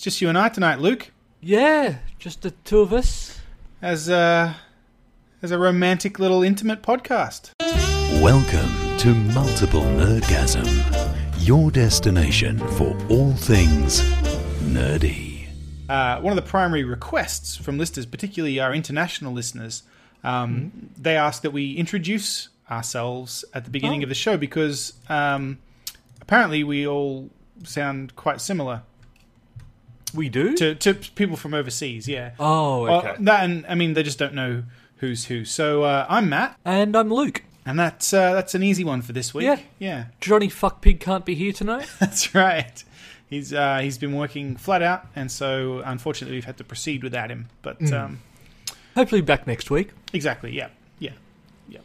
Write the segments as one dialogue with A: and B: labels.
A: just you and I tonight, Luke.
B: Yeah, just the two of us.
A: As a as a romantic little intimate podcast.
C: Welcome to Multiple Nerdgasm, your destination for all things nerdy.
A: Uh, one of the primary requests from listeners, particularly our international listeners, um,
B: Mm-hmm.
A: they ask that we introduce ourselves at the beginning
B: Oh.
A: of the show because um, apparently we all sound quite similar
B: We do.
A: to, to people from overseas. Yeah.
B: Oh,
A: Well,
B: okay.
A: that and I mean they just don't know who's who. So uh, I'm Matt,
B: and I'm Luke.
A: and that's uh, that's an easy one for this week.
B: Yeah.
A: Yeah.
B: Johnny Fuckpig can't be here tonight.
A: That's right. He's uh, he's been working flat out, and so unfortunately we've had to proceed without him. But um,
B: Hopefully back next week.
A: exactly, yeah, yeah, yeah.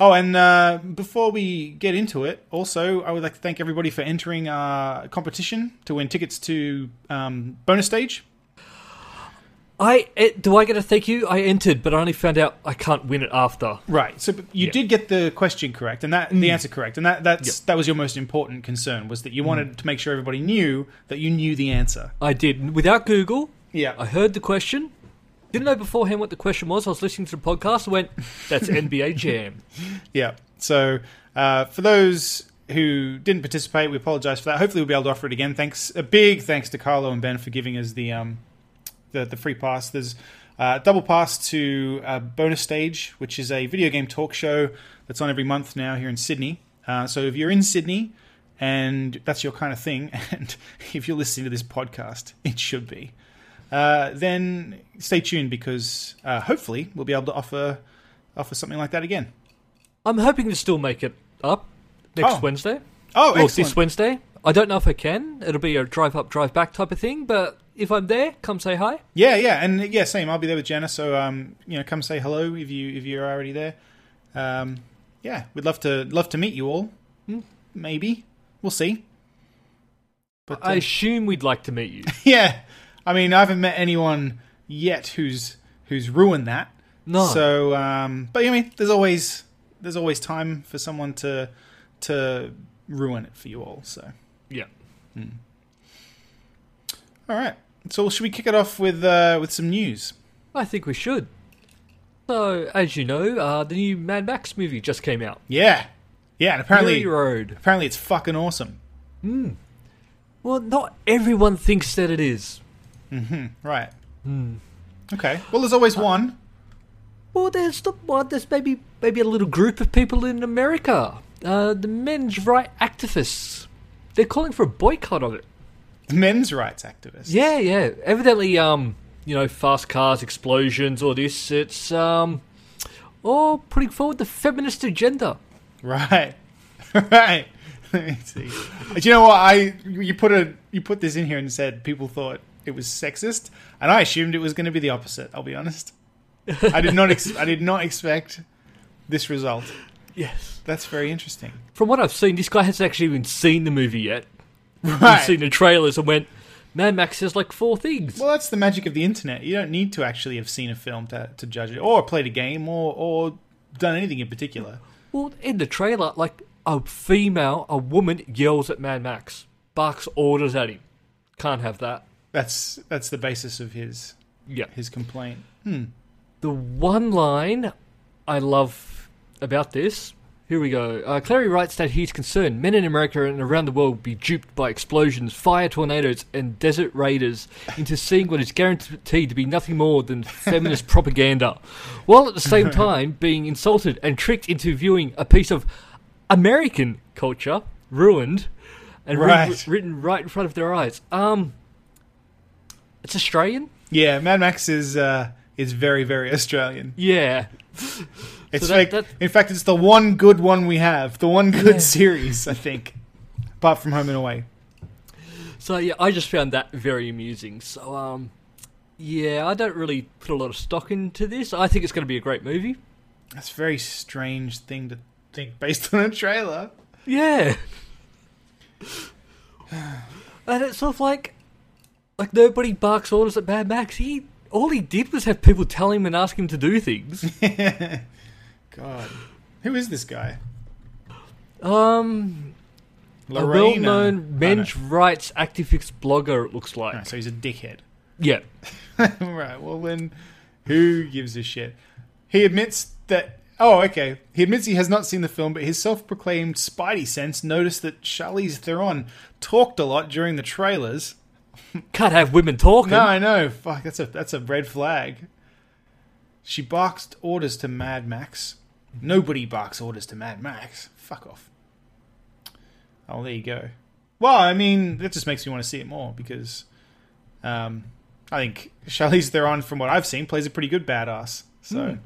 A: Oh, and uh, before we get into it, also I would like to thank everybody for entering our competition to win tickets to um, bonus stage.
B: I it, do I get a thank you? I entered, but I only found out I can't win it after.
A: Right. Mm. So but you
B: Yeah.
A: did get the question correct, and that the answer correct, and that that's that was your most important concern was that you wanted to make sure everybody knew that you knew the answer.
B: I did without Google.
A: Yeah.
B: I heard the question. Didn't know beforehand what the question was. I was listening to the podcast. I went, "That's NBA Jam."
A: Yeah. So uh, for those who didn't participate, we apologise for that. Hopefully, we'll be able to offer it again. Thanks, a big thanks to Carlo and Ben for giving us the um, the, the free pass. There's uh, double pass to uh, bonus stage, which is a video game talk show that's on every month now here in Sydney. Uh, so if you're in Sydney and that's your kind of thing, and if you're listening to this podcast, it should be. Uh, then stay tuned because uh, hopefully we'll be able to offer offer something like that again.
B: I'm hoping to still make it up next
A: Oh.
B: Wednesday
A: Oh,
B: or
A: excellent.
B: this Wednesday. I don't know if I can. It'll be a drive up, drive back type of thing. But if I'm there, come say hi.
A: Yeah, yeah, and yeah, same. I'll be there with Jenna, so um, you know, come say hello if you if you're already there. Um, yeah, we'd love to love to meet you all. Maybe we'll see. But
B: I
A: um,
B: assume we'd like to meet you.
A: yeah, I mean, I haven't met anyone yet who's who's ruined that.
B: No.
A: So, um, but I mean, there's always there's always time for someone to to ruin it for you all. So,
B: yeah.
A: all right. So, should we kick it off with uh, with some news?
B: I think we should. So, as you know, uh, the new Mad Max movie just came out.
A: Yeah, yeah, and apparently.
B: Fury Road.
A: Apparently, it's fucking awesome.
B: Well, not everyone thinks that it is.
A: Right.
B: Hmm.
A: Okay. Well, there's always one.
B: Well, there's the well, there's maybe maybe a little group of people in America, uh, the men's right activists. They're calling for a boycott of it.
A: Men's rights activists.
B: Yeah, yeah. Evidently, um, you know, fast cars, explosions, all this. It's um, all putting forward the feminist agenda.
A: Right. right. Let me see. Do you know what I? You put a you put this in here and said people thought it was sexist, and I assumed it was going to be the opposite. I'll be honest. I did not. Ex- I did not expect this result.
B: Yes.
A: That's very interesting.
B: From what I've seen, this guy hasn't actually even seen the movie yet. He's seen
A: Right.
B: the trailers and went, "Man, Max says like four things."
A: Well, that's the magic of the internet. You don't need to actually have seen a film to, to judge it, or played a game, or or done anything in particular.
B: Well, in the trailer, like a female, a woman yells at Mad Max, barks orders at him. Can't have that.
A: That's that's the basis of his
B: Yeah.
A: his complaint.
B: The one line I love about this. Here we go. Uh, Clary writes that he's concerned men in America and around the world be duped by explosions, fire tornadoes, and desert raiders into seeing what is guaranteed to be nothing more than feminist propaganda, while at the same time being insulted and tricked into viewing a piece of American culture ruined and written-
A: Right.
B: written right in front of their eyes. Um, it's Australian.
A: Yeah, Mad Max is uh, is very very Australian.
B: Yeah.
A: It's
B: that-
A: like,
B: that-
A: in fact, it's the one good one we have, the one good series, I think, apart from Home and Away.
B: So yeah, I just found that very amusing. So um, yeah, I don't really put a lot of stock into this. I think it's going to be a great movie.
A: That's a very strange thing to think based on a trailer.
B: Yeah. and it's sort of like, like nobody barks orders at Mad Max. He all he did was have people tell him and ask him to do things.
A: God, who is this guy?
B: um, a
A: Oh,
B: well-known men's rights activist blogger. It looks like.
A: Right, so he's a dickhead.
B: Yeah.
A: right. Well, then, who gives a shit? He admits that. Oh, okay. He admits he has not seen the film, but his self-proclaimed Spidey sense noticed that Charlize Theron talked a lot during the trailers.
B: Can't have women talking.
A: No, I know. Fuck, that's a that's a red flag. She barked orders to Mad Max. Nobody barks orders to Mad Max. Fuck off. Oh, there you go. Well, I mean, that just makes me want to see it more because um, I think Charlize Theron, from what I've seen, plays a pretty good badass. So,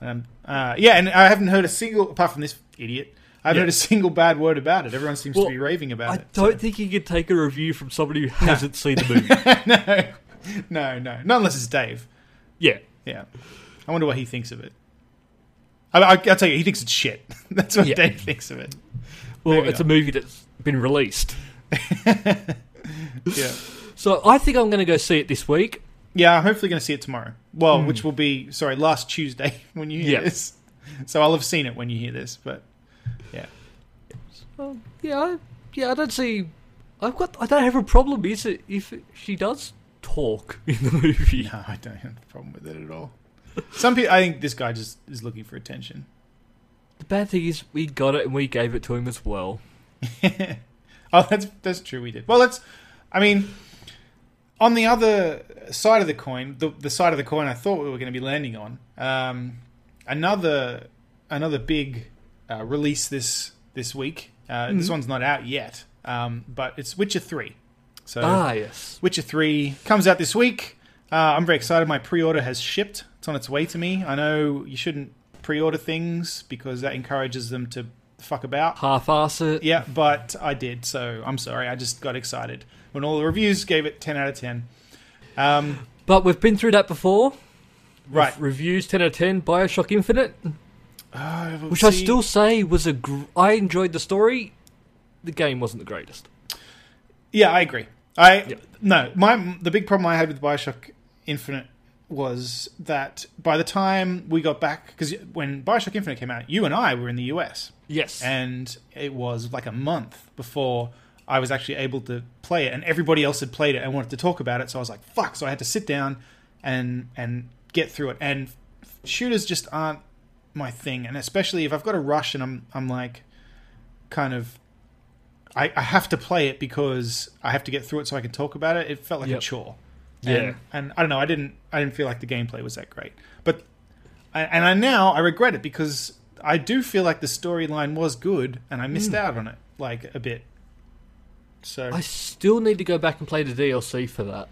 B: Hmm.
A: um, uh, yeah, and I haven't heard a single, apart from this idiot, I haven't
B: Yeah.
A: heard a single bad word about it. Everyone seems
B: Well,
A: to be raving about
B: I
A: it.
B: don't think you can take a review from somebody who hasn't seen the movie.
A: no, no, no. Not unless it's Dave.
B: yeah.
A: Yeah. I wonder what he thinks of it. I, I, I'll tell you, he thinks it's shit. That's what
B: Yeah.
A: Dave thinks of it.
B: Well,
A: Maybe
B: it's
A: not.
B: a movie that's been released.
A: Yeah.
B: So I think I'm going to go see it this week.
A: Yeah, I'm hopefully going to see it tomorrow. Well, which will be sorry, last Tuesday when you hear
B: Hmm. Yeah.
A: this. So I'll have seen it when you hear this, but yeah,
B: Well, yeah, I, yeah. I don't see. I've got. I don't have a problem. Is it if she does talk in the movie?
A: no, I don't have a problem with it at all. Some people, I think this guy just is looking for attention.
B: The bad thing is we got it and we gave it to him as well.
A: Oh, that's that's true. We did well. That's, I mean, on the other side of the coin, the the side of the coin I thought we were going to be landing on. Um, another another big uh, release this this week. Uh, This one's not out yet, um, but it's Witcher three. So
B: Ah, yes.
A: Witcher 3 comes out this week. Uh, I'm very excited. My pre order has shipped. It's on its way to me. I know you shouldn't pre order things because that encourages them to fuck about.
B: Half-ass it.
A: Yeah, but I did, so I'm sorry. I just got excited when all the reviews gave it 10 out of 10. Um,
B: But we've been through that before.
A: right.
B: Reviews ten out of ten. Bioshock Infinite,
A: Uh,
B: which I
A: see-
B: still say was a. Gr- I enjoyed the story. The game wasn't the greatest.
A: Yeah, I agree. I
B: Yeah.
A: no, my the big problem I had with BioShock Infinite was that by the time we got back because when BioShock Infinite came out, you and I were in the US.
B: Yes.
A: and it was like a month before I was actually able to play it, and everybody else had played it and wanted to talk about it. So I was like, "Fuck!" So I had to sit down and and get through it. And shooters just aren't my thing, and especially if I've got a rush and I'm I'm like, kind of, I, I have to play it because I have to get through it so I can talk about it. It felt like
B: Yep.
A: a chore.
B: Yeah.
A: And, and I don't know. I didn't. I didn't feel like the gameplay was that great. But I- and I now I regret it because I do feel like the storyline was good and I missed out on it like a bit. So
B: I still need to go back and play the DLC for that.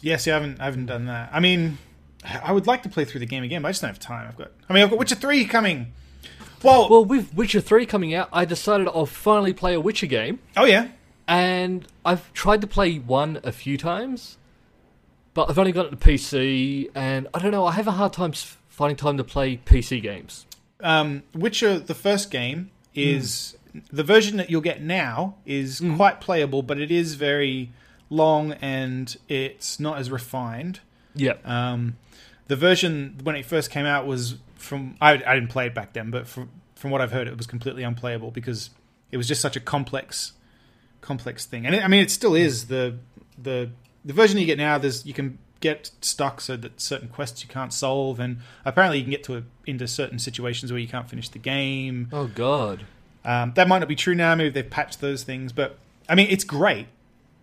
A: yes, yeah, I haven't I haven't done that. I mean, I would like to play through the game again, but I just don't have time. I've got. I mean, I've got Witcher three coming. Well,
B: Well, with Witcher 3 coming out, I decided I'll finally play a Witcher game.
A: oh yeah,
B: And I've tried to play one a few times, but I've only got it to PC, and I don't know, I have a hard time s- finding time to play PC games.
A: um, Witcher the first game is the version that you'll get now is quite playable, but it is very long and it's not as refined.
B: Yeah.
A: Um, the version when it first came out was from I, I didn't play it back then, but from from what I've heard, it was completely unplayable because it was just such a complex complex thing. And it, I mean, it still is the the the version you get now. There's you can get stuck so that certain quests you can't solve, and apparently you can get to a, into certain situations where you can't finish the game.
B: oh, God.
A: Um, that might not be true now. Maybe they've patched those things, but I mean, it's great.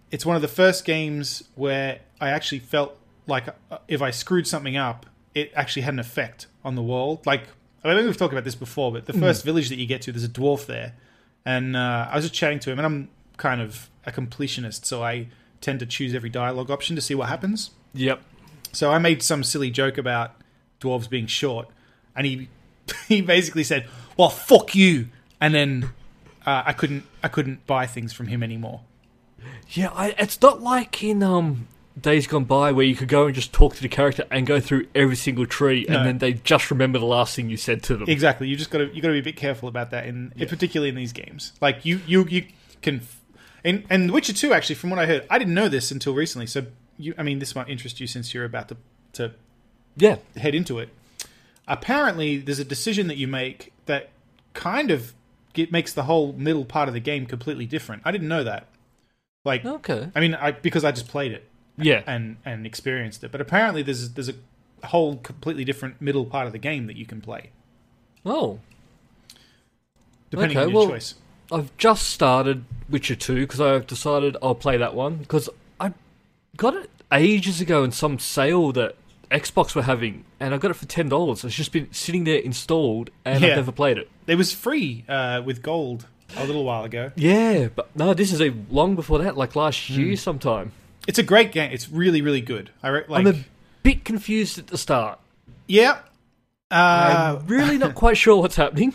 A: It's one of the first games where I actually felt like uh, if I screwed something up, it actually had an effect on the world. Like I mean, maybe we've talked about this before, but the first village that you get to, there's a dwarf there, and uh, I was just chatting to him, and I'm kind of a completionist, so I tend to choose every dialogue option to see what happens.
B: Yep.
A: So I made some silly joke about dwarves being short, and he he basically said, "Well, fuck you," and then uh, I couldn't I couldn't buy things from him anymore.
B: Yeah, I, it's not like in um, Days Gone By where you could go and just talk to the character and go through every single tree,
A: No.
B: and then they just remember the last thing you said to them.
A: Exactly. You just got to you got to be a bit careful about that, in particularly in these games. Like you you you can, and and The Witcher Two actually, from what I heard, I didn't know this until recently. So you, I mean, this might interest you since you're about to to
B: yeah.
A: head into it. Apparently, there's a decision that you make that kind of it makes the whole middle part of the game completely different. I didn't know that. Like,
B: Okay.
A: I mean, I because I just played it
B: Yeah.
A: and and experienced it, but apparently there's there's a whole completely different middle part of the game that you can play
B: Oh,
A: depending
B: Okay,
A: on your
B: well-
A: choice.
B: I've just started Witcher 2 because I've decided I'll play that one because I got it ages ago in some sale that Xbox were having and I got it for $10. It's just been sitting there installed and
A: Yeah.
B: I've never played it.
A: It was free uh, with gold a little while ago.
B: Yeah, but no, this is a long before that, like last year sometime.
A: It's a great game. It's really really good. I re- like
B: I'm a bit confused at the start.
A: yeah. Uh,
B: I'm really not quite sure what's happening.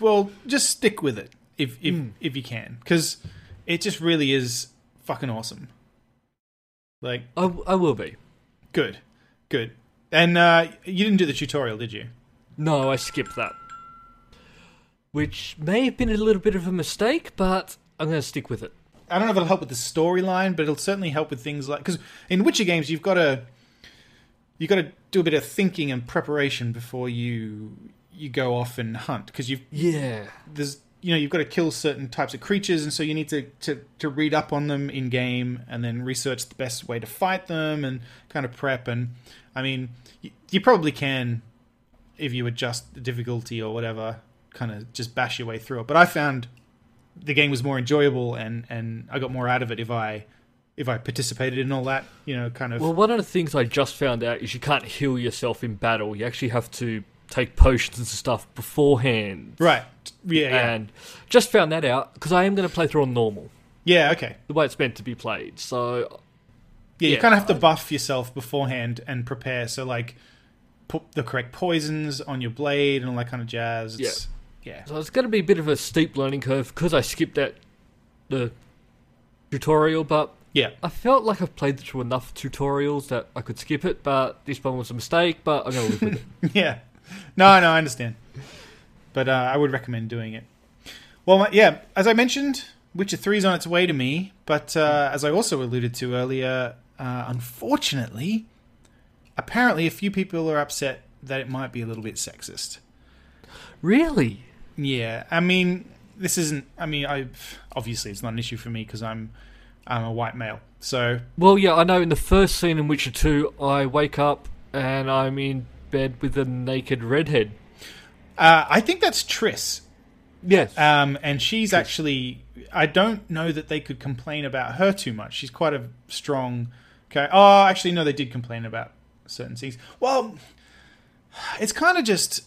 A: well, just stick with it if if if you can, because it just really is fucking awesome. Like
B: I, I will be.
A: good, good. And uh, you didn't do the tutorial, did you?
B: No, I skipped that. Which may have been a little bit of a mistake, but I'm going to stick with it.
A: I don't know if it'll help with the storyline, but it'll certainly help with things like because in Witcher games you've got to you got to do a bit of thinking and preparation before you you go off and hunt because you've
B: Yeah.
A: there's you know you've got to kill certain types of creatures and so you need to, to to read up on them in game and then research the best way to fight them and kind of prep and i mean you, you probably can if you adjust the difficulty or whatever kind of just bash your way through it but i found the game was more enjoyable and and i got more out of it if i if i participated in all that you know kind of
B: Well, one of the things I just found out is you can't heal yourself in battle. You actually have to take potions and stuff beforehand.
A: right yeah yeah
B: And just found that out because I am going to play through on normal,
A: yeah okay
B: the way it's meant to be played. So,
A: Yeah, you
B: Yeah.
A: kind of have to buff yourself beforehand and prepare. So like, put the correct poisons on your blade and all that kind of jazz. It's, yeah,
B: so it's going to be a bit of a steep learning curve because I skipped that the tutorial. But
A: yeah,
B: I felt like I've played through enough tutorials that I could skip it. But this one was a mistake. But I'm going to live with it.
A: yeah, No, no, I understand. But uh, I would recommend doing it. Well, my- yeah, as I mentioned, Witcher Three is on its way to me. But uh, as I also alluded to earlier, uh, unfortunately, apparently a few people are upset that it might be a little bit sexist.
B: Really?
A: Yeah, I mean, this isn't. I mean, I obviously it's not an issue for me because I'm I'm a white male. So
B: Well, yeah, I know in the first scene in Witcher 2, I wake up and I'm in bed with a naked redhead.
A: uh, I think that's Triss,
B: Yes.
A: um, and she's actually. I don't know that they could complain about her too much. She's quite a strong. Okay. Oh, actually, no, they did complain about certain things. Well, it's kind of just.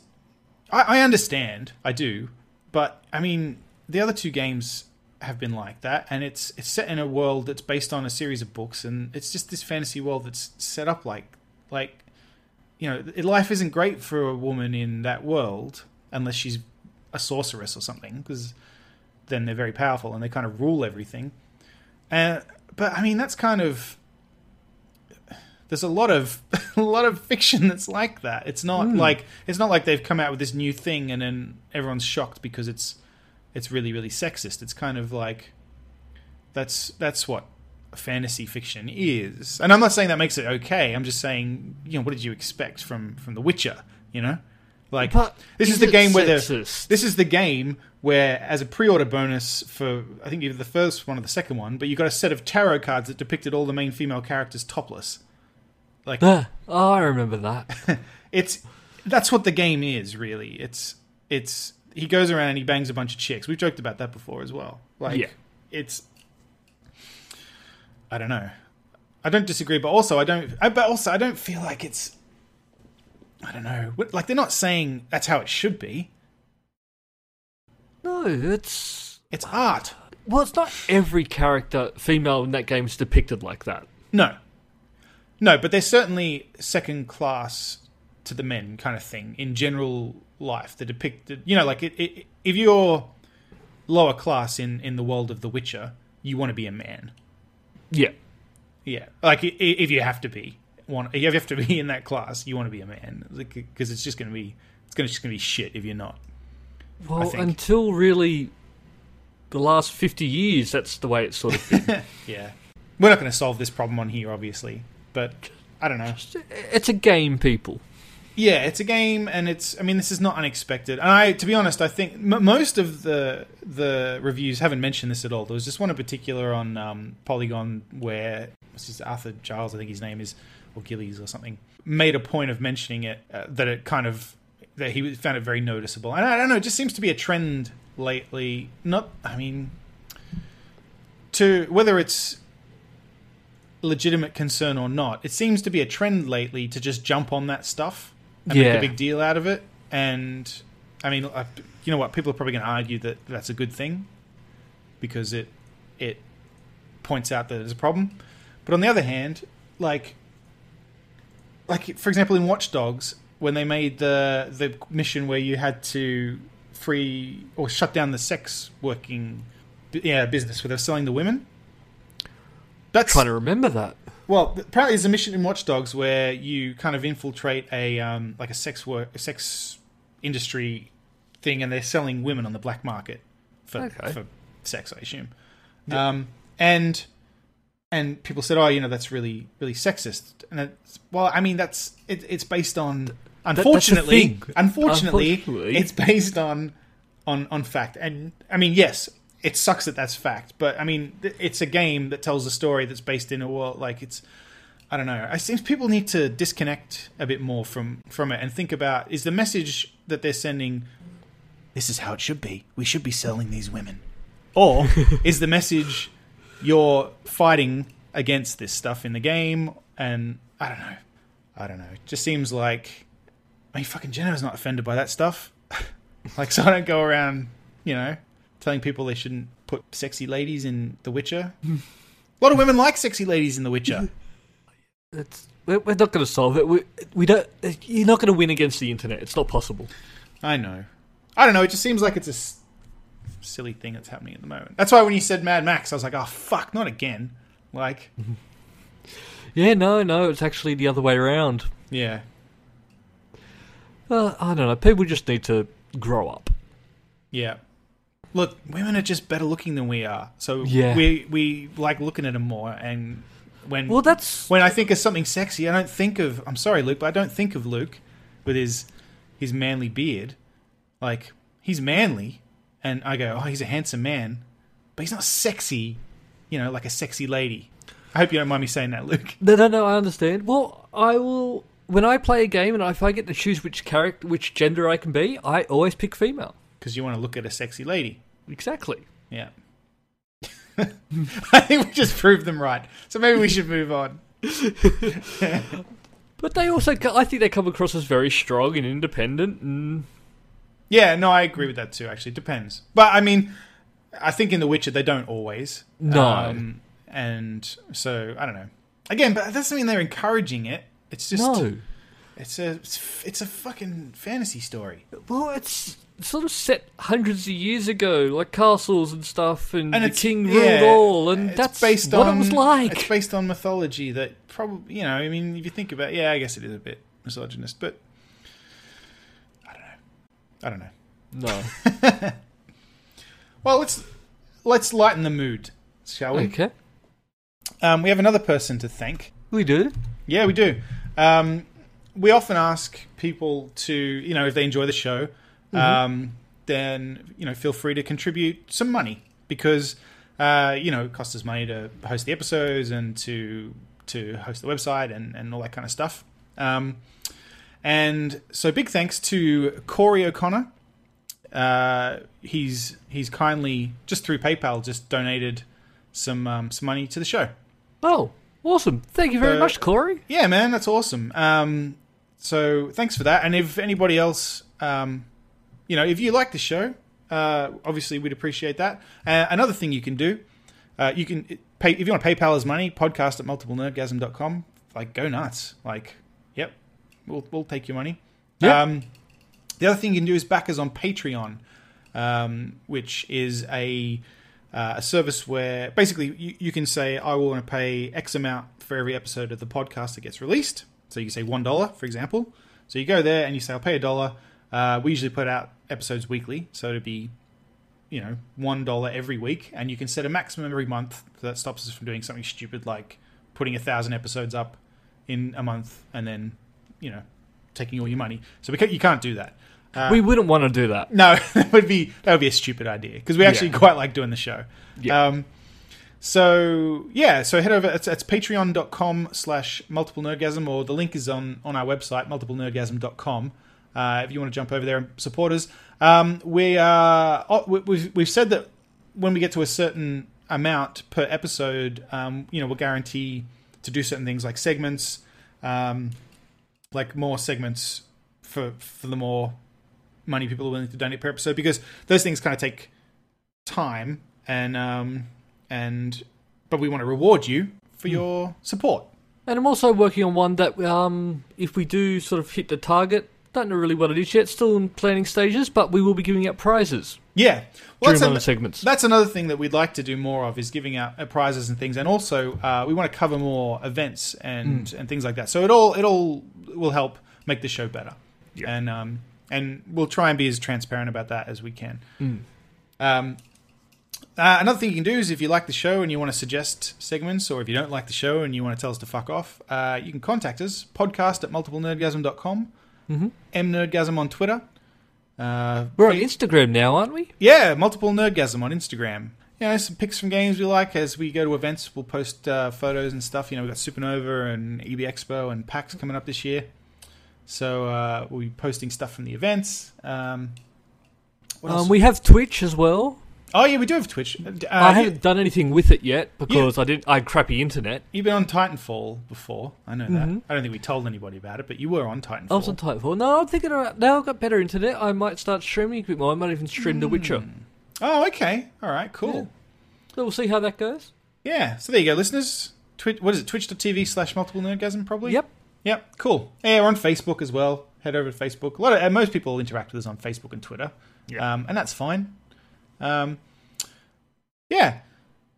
A: I, I understand, I do, but I mean, the other two games have been like that, and it's it's set in a world that's based on a series of books, and it's just this fantasy world that's set up like like you know life isn't great for a woman in that world unless she's a sorceress or something, because then they're very powerful and they kind of rule everything. Uh, but I mean, that's kind of there's a lot of a lot of fiction that's like that. It's not like it's not like they've come out with this new thing and then everyone's shocked because it's it's really really sexist. It's kind of like that's that's what fantasy fiction is. And I'm not saying that makes it okay. I'm just saying, you know, what did you expect from from The Witcher, you know? Like
B: But
A: this is,
B: is
A: the
B: it
A: game where the
B: sexist?
A: this is the game where as a pre-order bonus for I think either the first one or the second one, but you got a set of tarot cards that depicted all the main female characters topless. Like
B: Ah, oh, I remember that.
A: it's that's what the game is really it's it's he goes around and he bangs a bunch of chicks we've joked about that before as well like
B: Yeah.
A: it's i don't know i don't disagree but also i don't I, but also i don't feel like it's i don't know What- like they're not saying that's how it should be
B: No, it's.
A: it's art
B: Well, it's not every character, female in that game, is depicted like that.
A: no no but they're certainly second class to the men kind of thing in general life the depicted you know like it, it, if you're lower class in in the world of the witcher you want to be a man
B: Yeah.
A: yeah like i- i- if you have to be want if you have to be in that class you want to be a man because it's just going to be it's going to just going to be shit if you're not
B: Well,
A: think.
B: until really the last 50 years, that's the way it's sort of been.
A: yeah we're not going to solve this problem on here obviously but i don't know
B: it's a game, people.
A: yeah, it's a game, and it's. I mean, this is not unexpected. And I, to be honest, I think m- most of the the reviews haven't mentioned this at all. There was just one in particular on um, Polygon where what's his Arthur Giles, I think his name is, or Gillies or something, made a point of mentioning it uh, that it kind of that he found it very noticeable. And I don't know, it just seems to be a trend lately. Not, I mean, to whether it's legitimate concern or not, it seems to be a trend lately to just jump on that stuff and make
B: Yeah.
A: a big deal out of it. And I mean, I, you know what? People are probably going to argue that that's a good thing because it it points out that there's a problem. But on the other hand, like like for example in Watch Dogs, when they made the the mission where you had to free or shut down the sex working bu- yeah business where they're selling the women. That's
B: Trying to remember that.
A: well, th- apparently there's a mission in Watch Dogs where you kind of infiltrate a um, like a sex work, a sex industry thing, and they're selling women on the black market for
B: Okay.
A: for sex, I assume. Um, and and people said, oh, you know, that's really really sexist. And it's, well, I mean, that's it, it's based on
B: the
A: unfortunately,
B: thing.
A: unfortunately,
B: Unfortunately.
A: it's based on on on fact. And I mean, yes, it sucks that that's fact, but I mean, th- it's a game that tells a story that's based in a world like it's. I don't know. I think people need to disconnect a bit more from from it and think about is the message that they're sending. This is how it should be. We should be selling these women, or is the message you're fighting against this stuff in the game? And I don't know. I don't know. It just seems like I mean, fucking Jenna's not offended by that stuff. like, so I don't go around, you know, telling people they shouldn't put sexy ladies in The Witcher. a lot of women like sexy ladies in The Witcher.
B: That's, we're, we're not going to solve it. We, we don't. You're not going to win against the internet. It's not possible.
A: I know. I don't know. It just seems like it's a s- silly thing that's happening at the moment. That's why when you said Mad Max, I was like, oh, fuck, not again. Like,
B: Yeah, no, no. It's actually the other way around.
A: yeah.
B: Uh, I don't know. People just need to grow up.
A: Yeah. Look, women are just better looking than we are. So
B: Yeah.
A: we, we like looking at them more. And when.
B: Well, that's
A: when I think of something sexy, I don't think of. I'm sorry, Luke, but I don't think of Luke with his his manly beard. Like he's manly, and I go, oh, he's a handsome man, but he's not sexy. You know, like a sexy lady. I hope you don't mind me saying that, Luke.
B: no, no, no. I understand. Well, I will. When I play a game and if I get to choose which character, which gender I can be, I always pick female.
A: Because you want to look at a sexy lady.
B: Exactly.
A: Yeah. I think we just proved them right. So maybe we should move on.
B: But they also, co- I think they come across as very strong and independent. And
A: Yeah, no, I agree with that too. Actually, depends. But I mean, I think in The Witcher they don't always. Um,
B: No.
A: and so I don't know. Again, but that doesn't mean they're encouraging it. It's just
B: no,
A: it's a it's, f- it's a fucking fantasy story,
B: well, it's sort of set hundreds of years ago, like castles and stuff, and,
A: and
B: the
A: it's
B: king
A: yeah,
B: ruled all, and
A: it's
B: that's what it was
A: It's
B: like.
A: based on mythology that probably you know. I mean, if you think about, it, yeah, I guess it is a bit misogynist, but I don't know. I don't know.
B: No,
A: Well, let's let's lighten the mood, shall we?
B: okay,
A: Um, we have another person to thank.
B: we do.
A: Yeah, we do. Um, we often ask people to, you know, if they enjoy the show, um, then you know, feel free to contribute some money because uh, you know, it costs us money to host the episodes and to to host the website and and all that kind of stuff. Um, and so, big thanks to Corey O'Connor. Uh, he's he's kindly just through PayPal just donated some um, some money to the show.
B: Oh, awesome! Thank you very
A: Uh,
B: much, Corey.
A: Yeah, man, that's awesome. Um, so thanks for that. And if anybody else, um, you know, if you like the show, uh, obviously we'd appreciate that. Uh, another thing you can do, uh, you can pay if you want to PayPal us money. Podcast at multiplenerdgasm.com. Like, go nuts. Like, yep, we'll we'll take your money.
B: Yeah.
A: Um, the other thing you can do is back us on Patreon, um, which is a uh, a service where basically you, you can say, I want to pay X amount for every episode of the podcast that gets released. So you can say $1, for example. So you go there and you say, I'll pay a dollar. Uh, we usually put out episodes weekly. So it'd be, you know, $1 every week. And you can set a maximum every month. So that stops us from doing something stupid like putting a thousand episodes up in a month and then, you know, taking all your money. So we can, you can't do that. uh,
B: we wouldn't want to do that.
A: No, that would be that would be a stupid idea because we actually
B: Yeah.
A: quite like doing the show.
B: Yeah.
A: Um, so yeah, so head over. It's, it's patreon.com slash multiple nerdgasm, or the link is on on our website multiple nerdgasm.com. Uh, if you want to jump over there and support us, um, we are. Oh, we, we've, we've said that when we get to a certain amount per episode, um, you know, we'll guarantee to do certain things like segments, um, like more segments for for the more money people are willing to donate per episode because those things kind of take time and um and but we want to reward you for
B: Hmm.
A: your support.
B: And I'm also working on one that, um, if we do sort of hit the target, don't know really what it is yet. Still in planning stages, but we will be giving out prizes
A: Yeah, well,
B: during
A: that's,
B: one of
A: an-
B: the segments.
A: that's another thing that we'd like to do more of is giving out uh, prizes and things, and also uh, we want to cover more events and
B: Mm.
A: and things like that. So it all it all will help make the show better,
B: Yeah.
A: and um and we'll try and be as transparent about that as we can.
B: Mm.
A: Um, uh, another thing you can do is if you like the show and you want to suggest segments, or if you don't like the show and you want to tell us to fuck off, uh, you can contact us podcast at multiplenerdgasm.com, mm-hmm. mnerdgasm on Twitter. Uh,
B: We're on Instagram now, aren't we?
A: yeah, multiple nerdgasm on Instagram. You know, some pics from games we like. As we go to events, we'll post uh, photos and stuff. You know, we've got Supernova and EB Expo and PAX coming up this year. So uh, we'll be posting stuff from the events. Um, what else?
B: Um, we have Twitch as well.
A: oh, yeah, we do have Twitch. Uh,
B: I
A: have
B: haven't done anything with it yet because I didn't. I had crappy internet.
A: You've been on Titanfall before. I know that.
B: Mm-hmm.
A: I don't think we told anybody about it, but you were on Titanfall.
B: I was on Titanfall. No, I'm thinking about now. I've got better internet. I might start streaming a bit more. I might even stream The Witcher.
A: oh, okay. All right, cool.
B: So we'll see how that goes.
A: Yeah. So there you go, listeners. Twitch, what is it? Twitch.tv slash multiple nerdgasm, probably?
B: Yep.
A: Yep, cool. Yeah, we're on Facebook as well. Head over to Facebook. A lot of, uh, most people interact with us on Facebook and Twitter,
B: Yeah.
A: um, and that's fine. Um, yeah.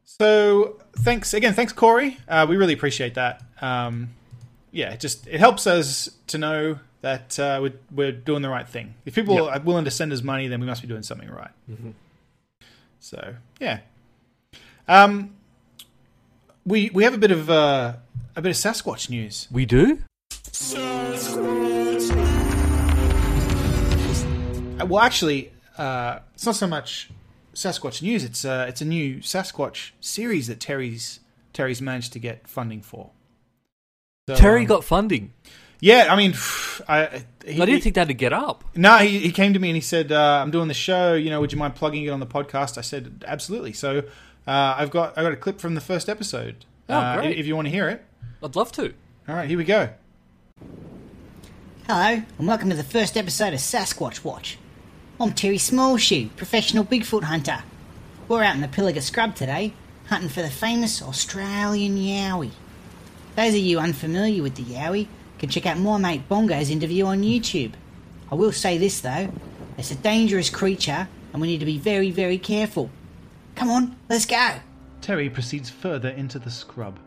A: So thanks again, thanks Corey. Uh, we really appreciate that. Um, yeah, it just it helps us to know that uh, we're, we're doing the right thing. If people
B: Yeah.
A: are willing to send us money, then we must be doing something right. So yeah. Um, we we have a bit of uh, a bit of Sasquatch news.
B: We do.
A: Uh, Well, actually, uh, it's not so much Sasquatch news. It's uh, it's a new Sasquatch series that Terry's Terry's managed to get funding for. So,
B: Terry
A: um,
B: got funding.
A: yeah. I mean, I he,
B: I didn't think that'd get up.
A: no, he, he came to me and he said, uh, "I'm doing the show. You know, would you mind plugging it on the podcast?" I said, "Absolutely." So uh, I've got I got a clip from the first episode.
B: Oh,
A: uh,
B: great.
A: If you want to hear it,
B: I'd love to.
A: all right, here we go.
D: Hello, and welcome to the first episode of Sasquatch Watch. I'm Terry Smallshoe, professional Bigfoot hunter. We're out in the Pilliga Scrub today, hunting for the famous Australian Yowie. Those of you unfamiliar with the Yowie can check out my mate Bongo's interview on YouTube. I will say this though, it's a dangerous creature, and we need to be very, very careful. Come on, let's go!
A: Terry proceeds further into the scrub.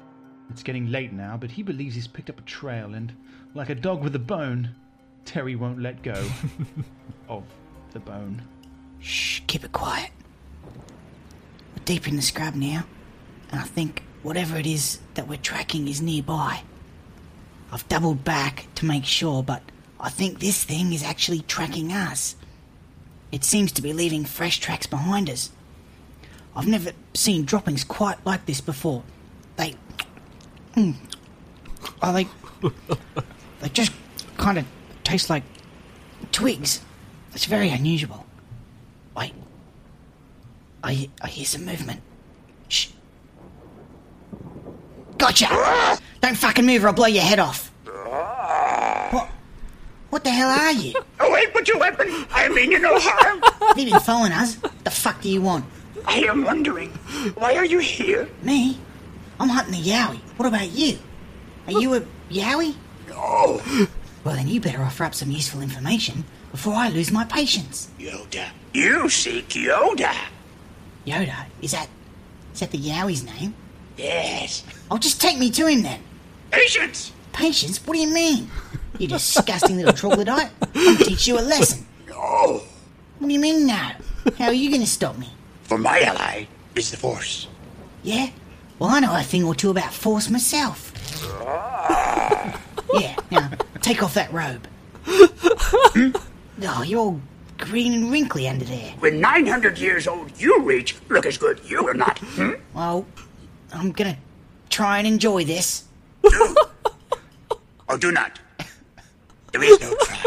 A: It's getting late now, but he believes he's picked up a trail, and like a dog with a bone, Terry won't let go of the bone.
D: Shh, keep it quiet. We're deep in the scrub now, and I think whatever it is that we're tracking is nearby. I've doubled back to make sure, but I think this thing is actually tracking us. It seems to be leaving fresh tracks behind us. I've never seen droppings quite like this before. They. Mm. are they. they just kind of taste like twigs. It's very unusual. I, I, I hear some movement. Shh. Gotcha! Don't fucking move or I'll blow your head off. What? What the hell are you?
E: Away with your weapon! I mean you no harm!
D: Have you been following us? The fuck do you want?
E: I am wondering, why are you here?
D: Me? I'm hunting the yowie. What about you? Are you a yowie?
E: Oh,
D: Well, then you better offer up some useful information before I lose my patience.
E: Yoda. You seek Yoda.
D: Yoda, is that. Is that the yowie's name?
E: Yes.
D: Oh, just take me to him then.
E: Patience!
D: Patience? What do you mean? You disgusting little troglodyte. I'll teach you a lesson.
E: Oh,
D: What do you mean no? How are you going to stop me?
E: for my ally is the Force.
D: Yeah? Well, I know a thing or two about force myself. yeah, now, take off that robe. Oh, you're all green and wrinkly under there.
E: When 900 years old you reach, look as good you will not. Hmm?
D: Well, I'm gonna try and enjoy this.
E: Or do not. There is no try.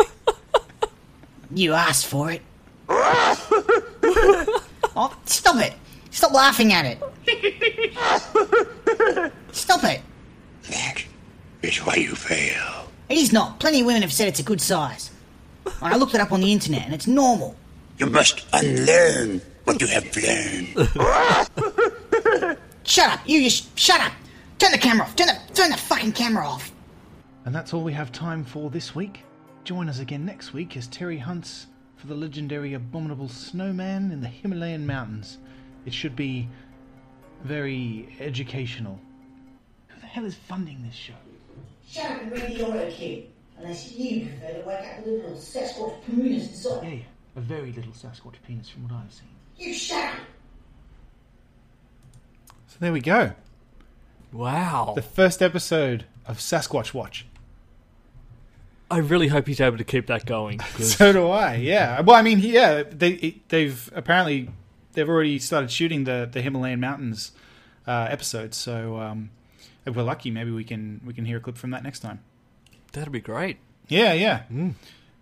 D: You asked for it. oh, stop it! Stop laughing at it! Stop it!
E: That is why you fail.
D: It is not. Plenty of women have said it's a good size. And I looked it up on the internet and it's normal.
E: You must unlearn what you have learned.
D: Shut up! You just shut up! Turn the camera off! Turn the, turn the fucking camera off!
A: And that's all we have time for this week. Join us again next week as Terry hunts for the legendary abominable snowman in the Himalayan mountains. It should be very educational. Who the hell is funding this show?
D: Shut up and read the auto cue. Unless you prefer to wake up the little Sasquatch communist zone.
A: Hey, a very little Sasquatch penis from what I've seen.
D: You shut up!
A: So there we go.
B: Wow.
A: The first episode of Sasquatch Watch.
B: I really hope he's able to keep that going. 'cause-
A: So do I. Yeah. Well, I mean, yeah, they they've apparently they've already started shooting the the Himalayan mountains uh, episode. So um, if we're lucky, maybe we can we can hear a clip from that next time.
B: That'd be great.
A: Yeah, yeah,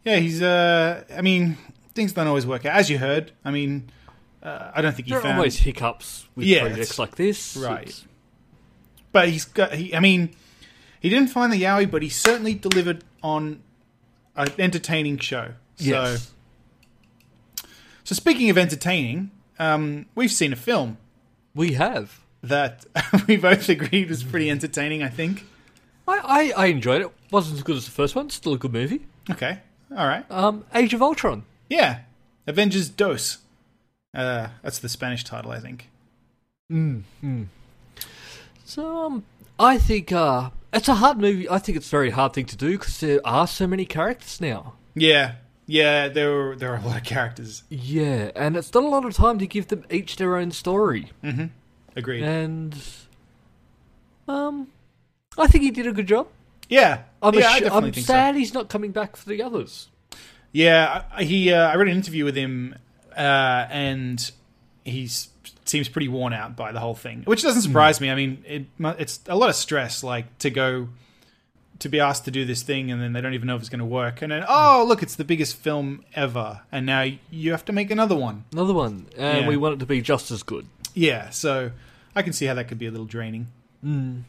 A: yeah. He's. Uh, I mean, things don't always work out, as you heard. I mean, uh, I don't think he
B: There are
A: found.
B: always hiccups with
A: Yeah, it's-
B: projects like this.
A: right.
B: It's-
A: But he's got. He, I mean, he didn't find the Yowie, but he certainly delivered on an entertaining show. So,
B: yes.
A: so speaking of entertaining, um, we've seen a film
B: We have.
A: that we both agreed was pretty entertaining. I think.
B: I, I, I enjoyed it. Wasn't as good as the first one. Still a good movie.
A: Okay. All right.
B: Um, Age of Ultron.
A: Yeah. Avengers Dos. Uh, that's the Spanish title, I think.
B: So um, I think uh, it's a hard movie. I think it's a very hard thing to do because there are so many characters now.
A: Yeah, yeah. There were there are a lot of characters.
B: Yeah, and it's not a lot of time to give them each their own story.
A: Agreed. Yeah,
B: And um, I think he did a good job.
A: yeah.
B: I'm,
A: yeah,
B: assu-
A: I definitely
B: I'm
A: think
B: sad
A: so.
B: he's not coming back for the others.
A: Yeah, I- he. Uh, I read an interview with him, uh, and he's seems pretty worn out by the whole thing, which doesn't surprise me. I mean, it mu- it's a lot of stress, like to go to be asked to do this thing, and then they don't even know if it's going to work. And then, oh, look, it's the biggest film ever, and now you have to make another one.
B: Another one, and
A: Yeah.
B: we want it to be just as good.
A: Yeah, so I can see how that could be a little draining.
B: And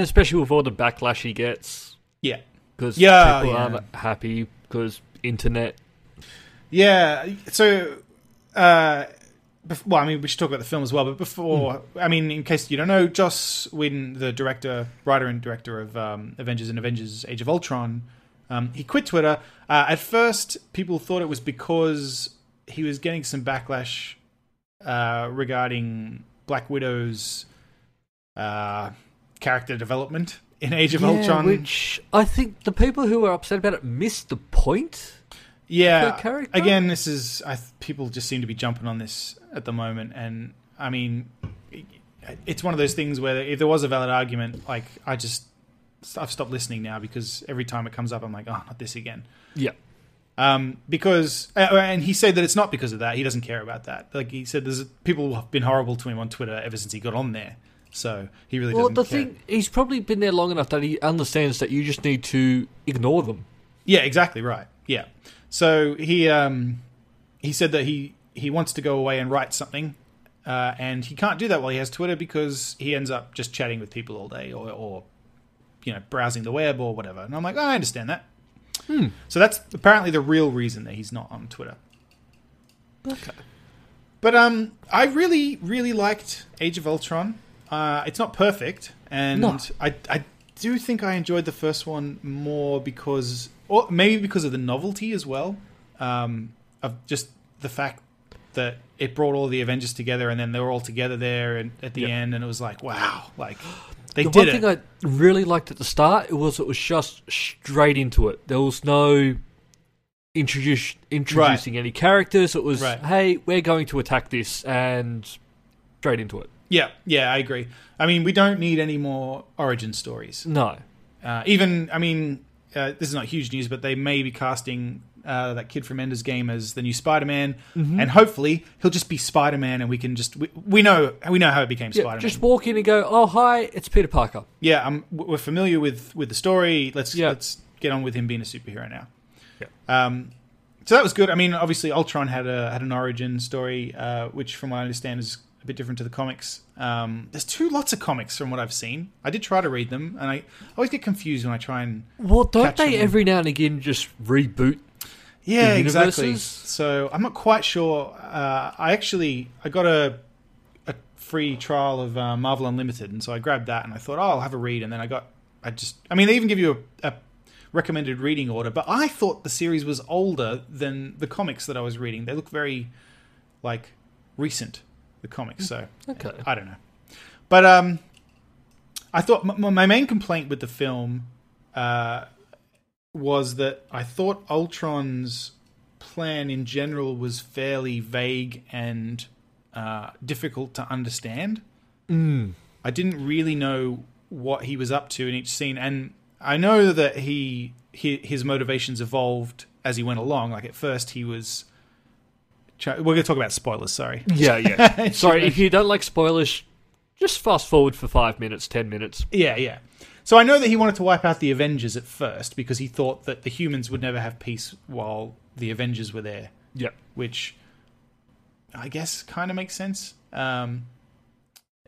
B: especially with all the backlash he gets,
A: Yeah.
B: because
A: Yeah,
B: people
A: yeah.
B: aren't happy because internet.
A: Yeah. So, uh, bef- well, I mean, we should talk about the film as well. But before,
B: Mm.
A: I mean, in case you don't know, Joss Whedon, the director, writer, and director of um, Avengers and Avengers: Age of Ultron, um, he quit Twitter. Uh, at first, people thought it was because he was getting some backlash uh, regarding Black Widow's uh, character development in Age of
B: Yeah,
A: Ultron.
B: which I think the people who are upset about it missed the point.
A: yeah
B: her character?
A: again this is I, th- people just seem to be jumping on this at the moment and i mean it- it's one of those things where if there was a valid argument like i just i've stopped listening now because every time it comes up i'm like oh not this again
B: Yeah,
A: um, because uh, and he said that it's not because of that he doesn't care about that like he said there's people have been horrible to him on twitter ever since he got on there so he really
B: Well,
A: doesn't
B: the
A: care.
B: thing he's probably been there long enough that he understands that you just need to ignore them.
A: Yeah, exactly right. Yeah. So he um, he said that he he wants to go away and write something, uh, and he can't do that while he has Twitter because he ends up just chatting with people all day or, or you know browsing the web or whatever. And I'm like, "Oh, I understand that.
B: Hmm.
A: So that's apparently the real reason that he's not on Twitter.
B: Okay.
A: But um, I really, really liked Age of Ultron. Uh, it's not perfect, and
B: No.
A: I, I do think I enjoyed the first one more because, or maybe because of the novelty as well, um, of just the fact that it brought all the Avengers together, and then they were all together there and, at the
B: Yeah.
A: end, and it was like, wow, like they
B: The
A: did
B: one
A: it.
B: thing I really liked at the start it was it was just straight into it. There was no introduce introducing any characters. It was
A: Right.
B: hey, we're going to attack this and straight into it.
A: yeah, yeah, I agree. I mean, we don't need any more origin stories.
B: No.
A: Uh, even, I mean, uh, this is not huge news, but they may be casting uh, that kid from Ender's Game as the new Spider-Man,
B: Mm-hmm.
A: and hopefully he'll just be Spider-Man, and we can just we, we know we know how it became
B: Yeah,
A: Spider-Man.
B: just walk in and go, oh, hi, it's Peter Parker.
A: yeah, um, w- we're familiar with with the story. Let's
B: Yeah.
A: let's get on with him being a superhero now. Um, so that was good. I mean, obviously, Ultron had a had an origin story, uh, which, from what I understand, is a bit different to the comics. Um, there's two lots of comics from what I've seen. I did try to read them, and I always get confused when I try and
B: Well, don't
A: Catch
B: they
A: him.
B: every now and again just reboot?
A: yeah
B: the
A: exactly.
B: universes?
A: So I'm not quite sure. Uh, I actually I got a a free trial of uh, Marvel Unlimited, and so I grabbed that and I thought, oh, I'll have a read, and then I got I just I mean they even give you a, a recommended reading order, but I thought the series was older than the comics that I was reading. They look very like recent the comics, so
B: Hmm. Okay.
A: I don't know. But um, I thought my, my main complaint with the film uh, was that I thought Ultron's plan in general was fairly vague and uh, difficult to understand. I didn't really know what he was up to in each scene, and I know that he, he his motivations evolved as he went along. Like at first, he was. try- We're going to talk about spoilers. Sorry.
B: Yeah, yeah. Sorry, if you don't like spoilers, just fast forward for five minutes, ten minutes.
A: Yeah, yeah. So I know that he wanted to wipe out the Avengers at first because he thought that the humans would never have peace while the Avengers were there,
B: Yeah.
A: which I guess kind of makes sense. Um,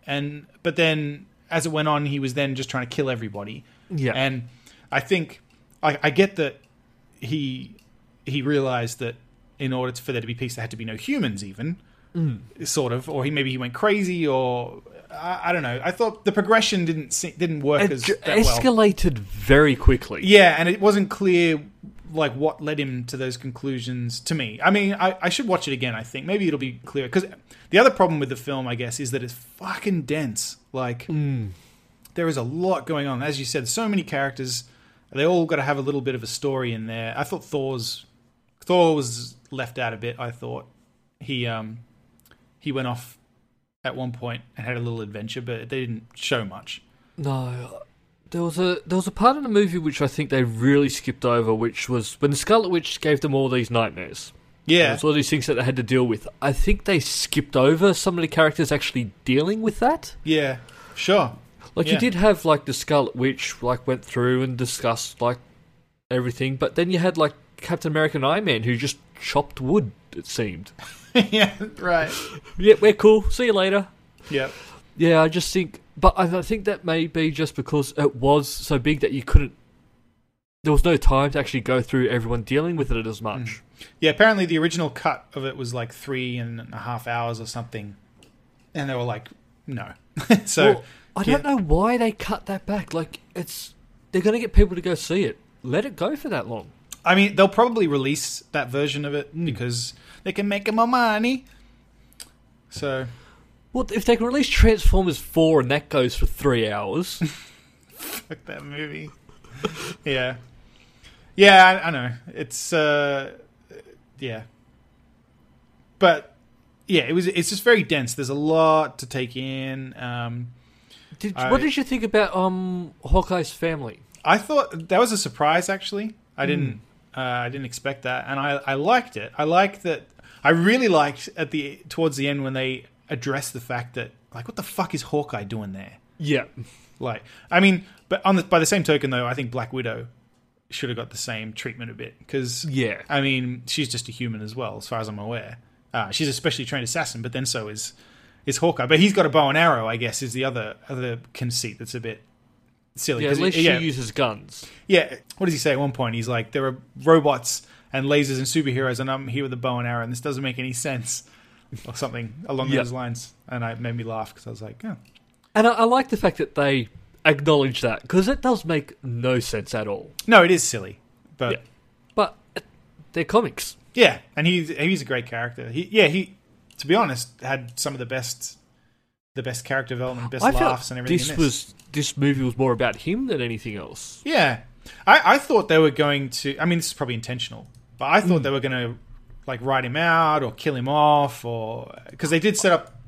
A: and but then as it went on, he was then just trying to kill everybody.
B: Yeah.
A: And I think I, I get that he he realized that in order for there to be peace, there had to be no humans, even
B: Mm.
A: sort of, or he maybe he went crazy, or I, I don't know. I thought the progression didn't se- didn't work
B: It
A: as
B: j-
A: that well.
B: escalated very quickly.
A: Yeah, and it wasn't clear like what led him to those conclusions to me. I mean, I, I should watch it again. I think maybe it'll be clearer because the other problem with the film, I guess, is that it's fucking dense. Like there is a lot going on, as you said. So many characters. They all got to have a little bit of a story in there. I thought Thor's Thor was left out a bit. I thought he um he went off at one point and had a little adventure, but they didn't show much.
B: No, there was a there was a part of the movie which I think they really skipped over, which was when the Scarlet Witch gave them all these nightmares. There
A: Yeah,
B: was all these things that they had to deal with. I think they skipped over some of the characters actually dealing with that.
A: yeah, sure.
B: Like
A: Yeah.
B: you did have like the Scarlet Witch like went through and discussed like everything, but then you had like Captain America and Iron Man who just chopped wood. It seemed.
A: yeah, right.
B: Yeah, we're cool. See you later.
A: Yep.
B: Yeah, I just think, but I I think that may be just because it was so big that you couldn't. There was no time to actually go through everyone dealing with it as much.
A: Yeah, apparently the original cut of it was like three and a half hours or something. And they were like, Mm. no. so,
B: Well, I don't know why they cut that back. Like it's they're going to get people to go see it. Let it go for that long.
A: I mean, they'll probably release that version of it because they can make more money. So,
B: Well, if they can release Transformers Four and that goes for three hours,
A: fuck that movie. yeah. Yeah, I, I know. It's, uh, yeah. But, yeah, it was. It's just very dense. There's a lot to take in. Um,
B: did,
A: I-
B: what did you think about um Hawkeye's family?
A: I thought that was a surprise. Actually, I didn't.
B: Hmm.
A: Uh, I didn't expect that, and I, I liked it. I liked that. I really liked at the towards the end when they addressed the fact that like, what the fuck is Hawkeye doing there?
B: Yeah,
A: Like, I mean, but on the, by the same token though, I think Black Widow should have got the same treatment a bit because
B: Yeah.
A: I mean, she's just a human as well, as far as I'm aware. Uh, she's a specially trained assassin, but then so is is Hawkeye. But he's got a bow and arrow, I guess, is the other other conceit that's a bit silly.
B: yeah.
A: 'Cause
B: At
A: he-
B: least she
A: yeah.
B: uses guns.
A: Yeah, what does he say at one point? He's like, there are robots and lasers and superheroes, and I'm here with a bow and arrow, and this doesn't make any sense, or something along
B: Yeah.
A: those lines. And I, it made me laugh because I was like, oh.
B: And I, I like the fact that they acknowledge that because it does make no sense at all.
A: no, it is silly, but yeah,
B: Yeah. But uh, they're comics.
A: and he's he's a great character. He, yeah, he to be honest had some of the best the best character development, best
B: I
A: laughs,
B: felt
A: and everything.
B: this,
A: in
B: was this movie was more about him than anything else.
A: Yeah, I, I thought they were going to. I mean, this is probably intentional, but I
B: Mm.
A: thought they were going to like write him out or kill him off, or because they did set up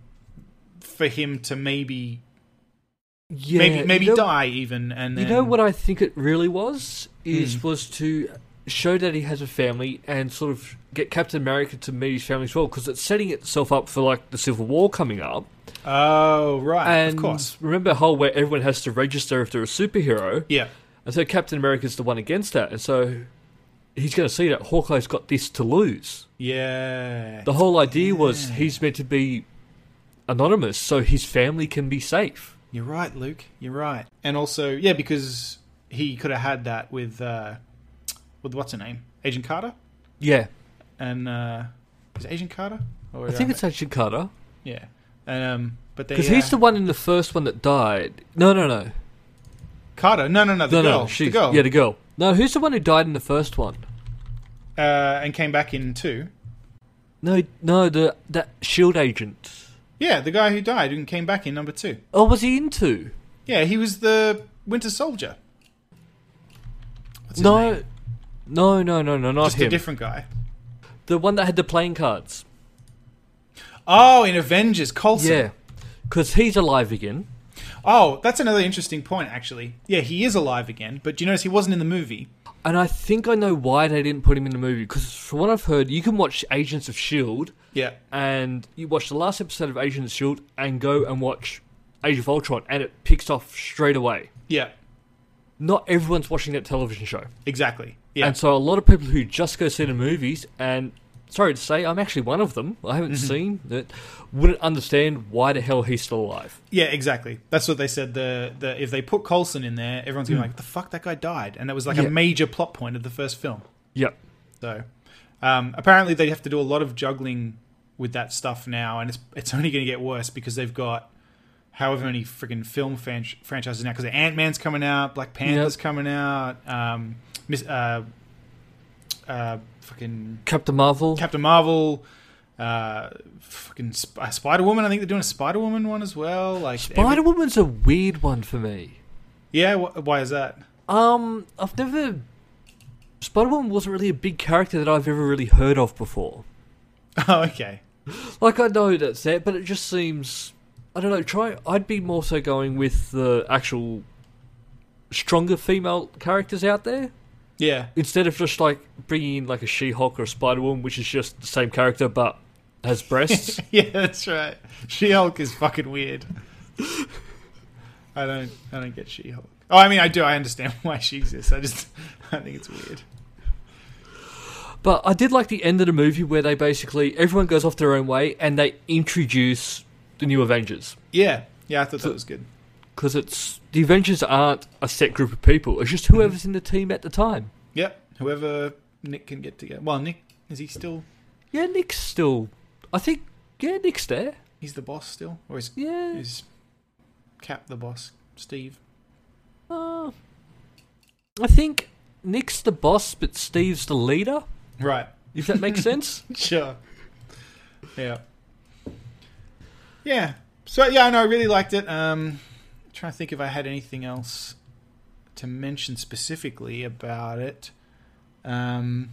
A: for him to maybe
B: Yeah,
A: maybe maybe
B: you know-
A: die even. And
B: You
A: then,
B: know what I think it really was is was to show that he has a family and sort of get Captain America to meet his family as well because it's setting itself up for like the Civil War coming up.
A: Oh right,
B: And
A: of course.
B: remember how where everyone has to register if they're a superhero,
A: Yeah,
B: and so Captain America's the one against that, and so he's going to see that Hawkeye's got this to lose.
A: yeah.
B: The whole idea was he's meant to be anonymous so his family can be safe.
A: You're right, Luke. You're right. And also, yeah, because he could have had that with uh, with what's her name, Agent Carter,
B: Yeah,
A: and uh, is it Agent Carter? Or
B: I think it's actually Carter.
A: yeah. And, um, but they
B: Because
A: uh,
B: he's the one in the first one that died. No, no, no.
A: Carter. No, no, no. The
B: no,
A: girl.
B: no. She's,
A: the girl.
B: Yeah, the girl. No, who's the one who died in the first one?
A: uh, and came back in two.
B: No, no, the that
A: E
B: shield agent.
A: Yeah, the guy who died and came back in number two.
B: Oh, was he into?
A: Yeah, he was the Winter Soldier. What's his
B: No,
A: name?
B: no, no, no, no, not
A: just a
B: him.
A: different guy.
B: the one that had the playing cards.
A: Oh, in Avengers, Coulson.
B: Yeah, because he's alive again.
A: Oh, that's another interesting point, actually. Yeah, he is alive again, but do you notice he wasn't in the movie?
B: And I think I know why they didn't put him in the movie. Because from what I've heard, you can watch Agents of Shield,
A: Yeah.
B: and you watch the last episode of Agents of Shield, E and go and watch Age of Ultron, and it picks off straight away.
A: Yeah.
B: Not everyone's watching that television show.
A: Exactly. Yeah.
B: And so a lot of people who just go see the movies, and sorry to say, I'm actually one of them. I haven't
A: Mm-hmm.
B: seen that. Wouldn't understand why the hell he's still alive.
A: yeah, exactly. That's what they said. The, the if they put Coulson in there, everyone's gonna be like, the fuck that guy died and that was like
B: Hmm. Yeah.
A: a major plot point of the first film.
B: Yep.
A: So um, apparently they have to do a lot of juggling with that stuff now, and it's it's only going to get worse because they've got however many freaking film fran- franchises now. Because Ant Man's coming out, Black Panther's
B: Yep.
A: coming out, um, Miss uh, uh, fucking
B: Captain Marvel.
A: Captain Marvel. Uh, fucking Sp- uh, Spider Woman. I think they're doing a Spider Woman one as well. Like every-
B: Spider Woman's a weird one for me.
A: yeah. Wh- why is that?
B: Um, I've never. Spider Woman wasn't really a big character that I've ever really heard of before.
A: Oh, okay.
B: Like, I know that's there, but it just seems. I don't know, try. I'd be more so going with the actual stronger female characters out there.
A: Yeah.
B: instead of just like bringing in like a She-Hulk or a Spider-Woman, which is just the same character but has breasts.
A: Yeah, that's right. She Hulk is fucking weird. I don't I don't get She Hulk. Oh, I mean I do, I understand why she exists. I just I think it's weird.
B: but I did like the end of the movie where they basically everyone goes off their own way and they introduce the new Avengers
A: Yeah. Yeah, I thought that was good.
B: because it's the Avengers aren't a set group of people; it's just whoever's in the team at the time.
A: Yep. Whoever Nick can get together. Well, Nick is he still
B: Yeah, Nick's still. I think yeah, Nick's there.
A: he's the boss still? Or is
B: Yeah.
A: is Cap the boss? Steve?
B: Uh, I think Nick's the boss, but Steve's the leader.
A: Right.
B: If that makes sense.
A: Sure. Yeah. Yeah. So yeah, I know I really liked it. Um trying to think if I had anything else to mention specifically about it. Um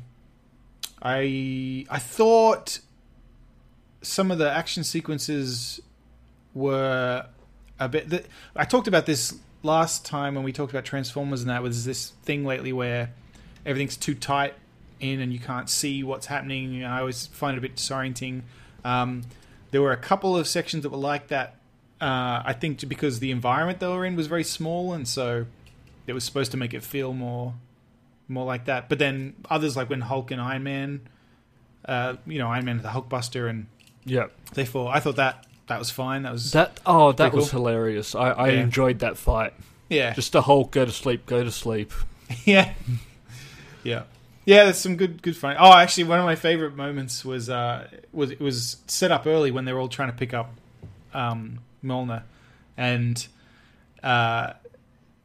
A: I I thought some of the action sequences were a bit that I talked about this last time when we talked about Transformers and that was this thing lately where everything's too tight in and you can't see what's happening. I always find it a bit disorienting. Um, there were a couple of sections that were like that. Uh, I think j- because the environment they were in was very small, and so it was supposed to make it feel more, more like that. But then others, like when Hulk and Iron Man, uh, you know, Iron Man, the Hulkbuster, and
B: yeah.
A: therefore I thought that that was fine. That was
B: That oh, that
A: Pretty
B: was hilarious. I, I
A: Yeah.
B: enjoyed that fight.
A: yeah,
B: Just the Hulk, go to sleep, go to sleep.
A: yeah, yeah, yeah. There's some good, good fun. Oh, actually, one of my favorite moments was uh, was it was set up early when they were all trying to pick up um, Milner, and uh,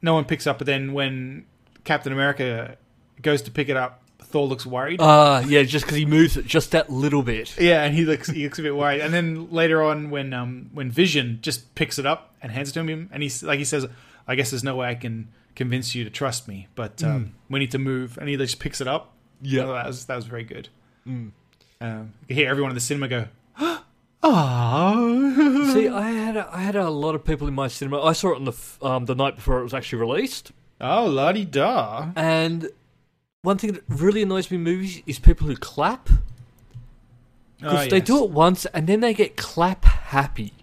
A: no one picks up. But then when Captain America goes to pick it up, Thor looks worried.
B: Ah, yeah, just because he moves it just that little bit.
A: Yeah, and he looks he looks a bit worried. And then later on, when um when Vision just picks it up and hands it to him, and he's like he says, "I guess there's no way I can convince you to trust me, but um, we need to move." And he just picks it up.
B: Hmm. Yeah. Hmm.
A: Oh, that was that was very good. Um, you could hear everyone in the cinema go, Oh,
B: See, I had a, I had a lot of people in my cinema. I saw it on the f- um, the night before it was actually released,
A: oh, la di da.
B: and one thing that really annoys me in movies is people who clap
A: Ah,
B: because they do it once and then they get clap happy.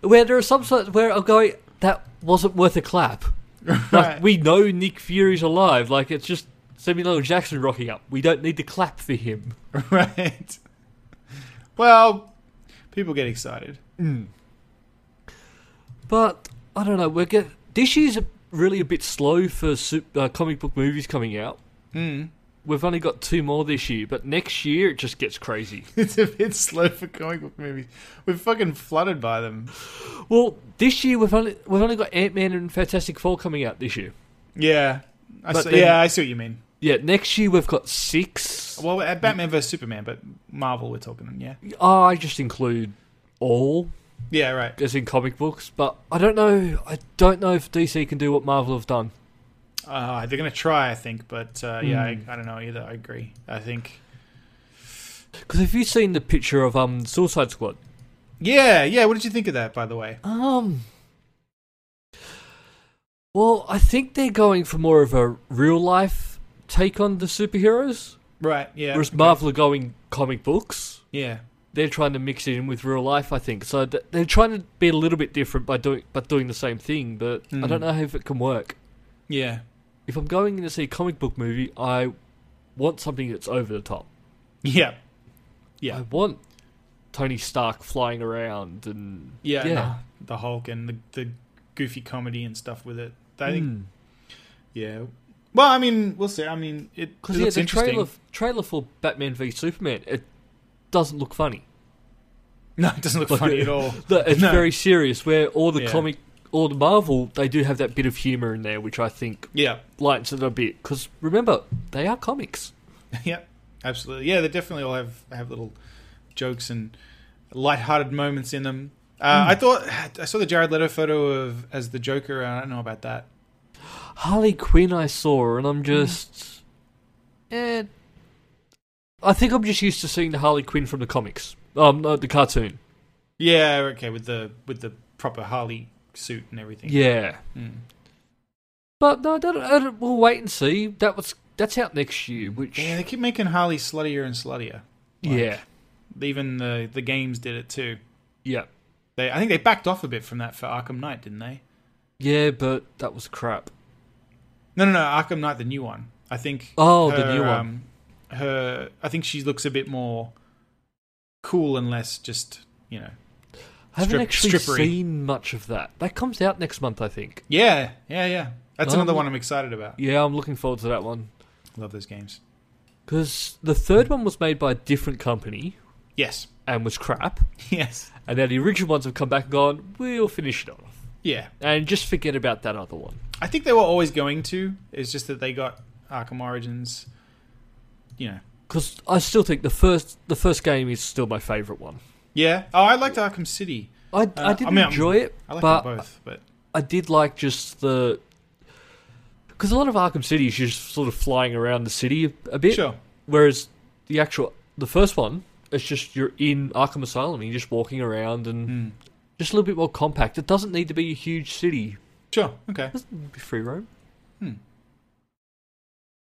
B: where there are some sorts where I'm going, that wasn't worth a clap.
A: Right.
B: Like we know Nick Fury's alive. Like it's just Samuel L. Jackson rocking up. We don't need to clap for him.
A: right. Well, people get excited.
B: But I don't know. We're get this year's a- really a bit slow for su- uh, comic book movies coming out. We've only got two more this year, but next year it just gets crazy.
A: It's a bit slow for comic book movies. We're fucking flooded by them.
B: well, this year we've only we've only got Ant Man and Fantastic Four coming out this year.
A: Yeah, I
B: But
A: see,
B: then-
A: yeah, I see what you mean.
B: Yeah, next year we've got six.
A: Well, uh, Batman versus Superman, but Marvel we're talking. Yeah,
B: I just include all
A: yeah, right.
B: as in comic books, but I don't know. I don't know if DC can do what Marvel have done.
A: Uh, they're gonna try, I think, but uh, yeah,
B: Hmm.
A: I, I don't know either. I agree. I think.
B: Because have you seen the picture of um Suicide Squad?
A: Yeah, yeah. What did you think of that, by the way?
B: Um. Well, I think they're going for more of a real life take on the superheroes,
A: Right. Yeah.
B: whereas Marvel are going comic books.
A: Yeah.
B: They're trying to mix it in with real life, I think. So th- they're trying to be a little bit different by doing but doing the same thing. But I don't know if it can work.
A: Yeah.
B: If I'm going in to see a comic book movie, I want something that's over the top.
A: Yeah.
B: I
A: Yeah.
B: want Tony Stark flying around and
A: Yeah.
B: yeah.
A: no, the Hulk and the the goofy comedy and stuff with it. I think.
B: Hmm.
A: Yeah. Well, I mean, we'll see. I mean, it, it
B: Because yeah,
A: looks
B: the
A: interesting.
B: trailer trailer for Batman v Superman it doesn't look funny.
A: no, it doesn't look funny at all.
B: The- It's
A: No.
B: very serious. Where all the
A: Yeah.
B: comic, all the Marvel, they do have that bit of humor in there, which I think
A: Yeah.
B: lightens it a bit. Because remember, they are comics.
A: Yep, absolutely. Yeah, they definitely all have have little jokes and light-hearted moments in them. Uh, I thought I saw the Jared Leto photo of as the Joker. and I don't know about that.
B: Harley Quinn, I saw, and I'm just, eh. I think I'm just used to seeing the Harley Quinn from the comics, um, no, the cartoon.
A: Yeah, okay, with the with the proper Harley suit and everything.
B: Yeah.
A: Mm.
B: But no, I don't, I don't- we'll wait and see. That was that's out next year, which
A: Yeah, they keep making Harley sluttier and sluttier.
B: yeah,
A: Even the the games did it too.
B: yeah,
A: They I think they backed off a bit from that for Arkham Knight, didn't they?
B: yeah, but that was crap.
A: No, no, no, Arkham Knight, the new one. I think.
B: Oh, the new one.
A: um, her, I think she looks a bit more cool and less just you know
B: I haven't
A: Strip-
B: actually
A: strippery.
B: seen much of that. That comes out next month, I think.
A: Yeah, yeah, yeah. That's
B: Um,
A: another one I'm excited about.
B: Yeah, I'm looking forward to that one
A: Love those games.
B: because the third one was made by a different company
A: Yes,
B: and was crap,
A: yes,
B: and now the original ones have come back and gone. We'll finish it off
A: yeah.
B: and just forget about that other one.
A: I think they were always going to. It's just that they got Arkham Origins. You know,
B: Because I still think the first the first game is still my favorite one.
A: yeah. Oh, I liked Arkham City. Uh, I
B: I, I didn't
A: mean, I'm-
B: enjoy it,
A: I like
B: but
A: them both, but
B: I did like just the because a lot of Arkham City is just sort of flying around the city a, a bit,
A: sure.
B: whereas the actual the first one it's just you're in Arkham Asylum and you're just walking around and
A: Hmm.
B: just a little bit more compact. It doesn't need to be a huge city.
A: Sure, okay.
B: It doesn't need to be free roam.
A: But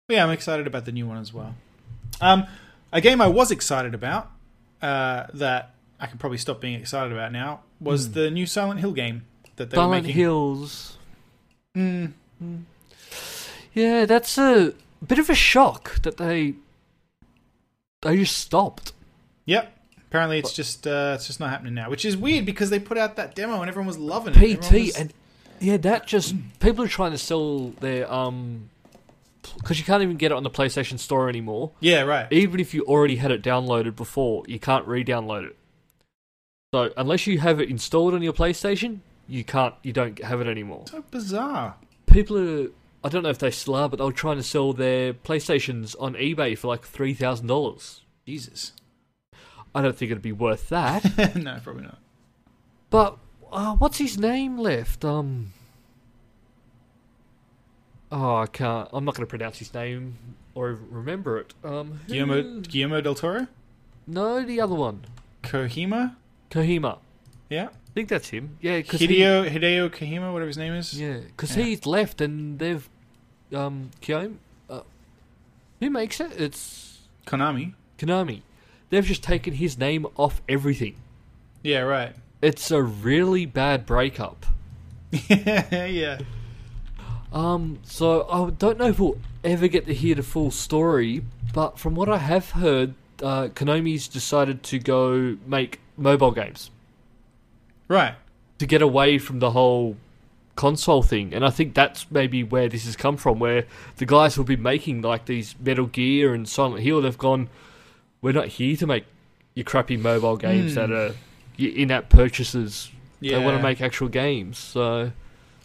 A: yeah, I'm excited about the new one as well. Um, a game I was excited about uh, that I can probably stop being excited about now was the new Silent Hill game that they were
B: Hmm. Silent
A: making. Hmm.
B: Hills. Hmm. Yeah, that's a bit of a shock that they they just stopped.
A: Yep. Apparently, it's just uh, it's just not happening now, which is weird because they put out that demo and everyone was loving it.
B: PT
A: Everyone was-
B: and yeah, that just people are trying to sell their um because you can't even get it on the PlayStation Store anymore.
A: yeah, right.
B: Even if you already had it downloaded before, you can't re-download it. So unless you have it installed on your PlayStation, you can't you don't have it anymore.
A: So bizarre.
B: People are I don't know if they still are, but they were trying to sell their PlayStations on eBay for like three thousand dollars.
A: Jesus.
B: I don't think it'd be worth that.
A: no, probably not.
B: but uh, what's his name left? Um. Oh, I can't. I'm not going to pronounce his name or remember it. Um, who-
A: Guillermo Guillermo del Toro.
B: No, the other one.
A: Kohima.
B: Kohima.
A: Yeah,
B: I think that's him. Yeah, because he,
A: Hideo Hideo Kohima, whatever his name is.
B: yeah, 'cause
A: Yeah.
B: he's left and they've um Kyo, uh, who makes it? It's
A: Konami.
B: Konami. They've just taken his name off everything.
A: Yeah, right.
B: It's a really bad breakup.
A: yeah,
B: Um, so I don't know if we'll ever get to hear the full story, but from what I have heard, uh, Konami's decided to go make mobile games
A: right.
B: to get away from the whole console thing, and I think that's maybe where this has come from. Where the guys who've been making like these Metal Gear and Silent Hill, they've gone, we're not here to make your crappy mobile games that are your in-app purchases. They want
A: Yeah.
B: to make actual games, so.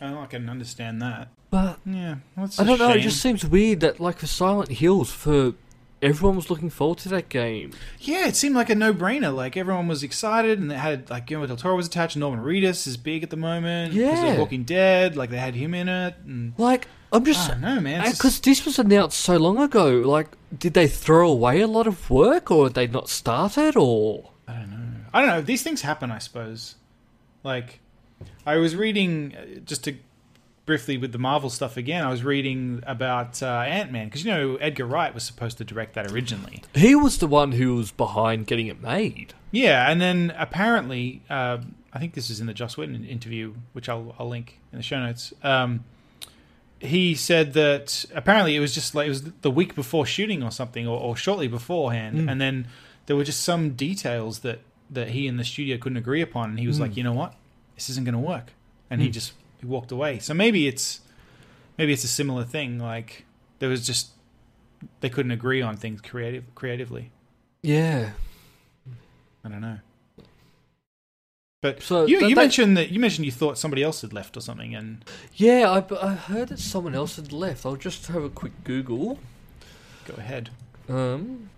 A: I don't- I can understand that.
B: But
A: Yeah, well, that's
B: I
A: a
B: don't know. It
A: shame.
B: just seems weird that, like, for Silent Hills, for everyone was looking forward to that game.
A: Yeah, it seemed like a no-brainer. Like everyone was excited, and they had like Guillermo del Toro was attached. Norman Reedus is big at the moment. 'cause of
B: Yeah.
A: Walking Dead. Like they had him in it, and
B: Like, I'm
A: I
B: just
A: don't know, man. It's
B: because this was announced so long ago. Like, did they throw away a lot of work, or had they not started, or
A: just- I don't know. These things happen, I suppose. Like I was reading uh, just to briefly with the Marvel stuff again. I was reading about uh, Ant Man because you know Edgar Wright was supposed to direct that originally.
B: he was the one who was behind getting it made?
A: Yeah, and then apparently, um I think this is in the Joss Whedon interview, which I'll, I'll link in the show notes. Um, he said that apparently it was just like it was the week before shooting or something, or, or shortly beforehand, and then there were just some details that that he and the studio couldn't agree upon, and he was like, you know what, this isn't going to work, and he just he walked away. So maybe it's maybe it's a similar thing. Like there was just they couldn't agree on things creative creatively.
B: Yeah,
A: I don't know. But
B: So
A: you,
B: that-
A: you
B: that-
A: mentioned that you mentioned you thought somebody else had left or something, and
B: yeah. I, but I heard that someone else had left. I'll just have a quick Google.
A: go ahead.
B: Um,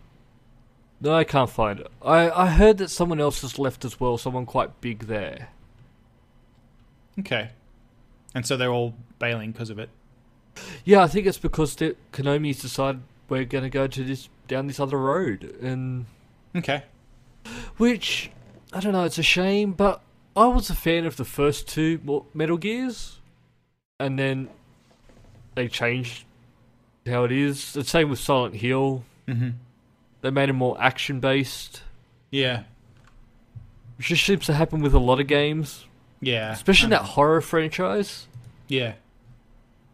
B: no, I can't find it. I I heard that someone else has left as well. Someone quite big there.
A: Okay. And so they're all bailing because of it.
B: Yeah, I think it's because the Konami's decided we're going to go to this down this other road, and
A: Okay.
B: which I don't know. It's a shame, but I was a fan of the first two Mo- Metal Gears, and then they changed how it is. The same with Silent Hill.
A: Mm-hmm.
B: They made it more action based,
A: Yeah.
B: which just seems to happen with a lot of games,
A: Yeah.
B: especially
A: Uh,
B: that horror franchise.
A: Yeah.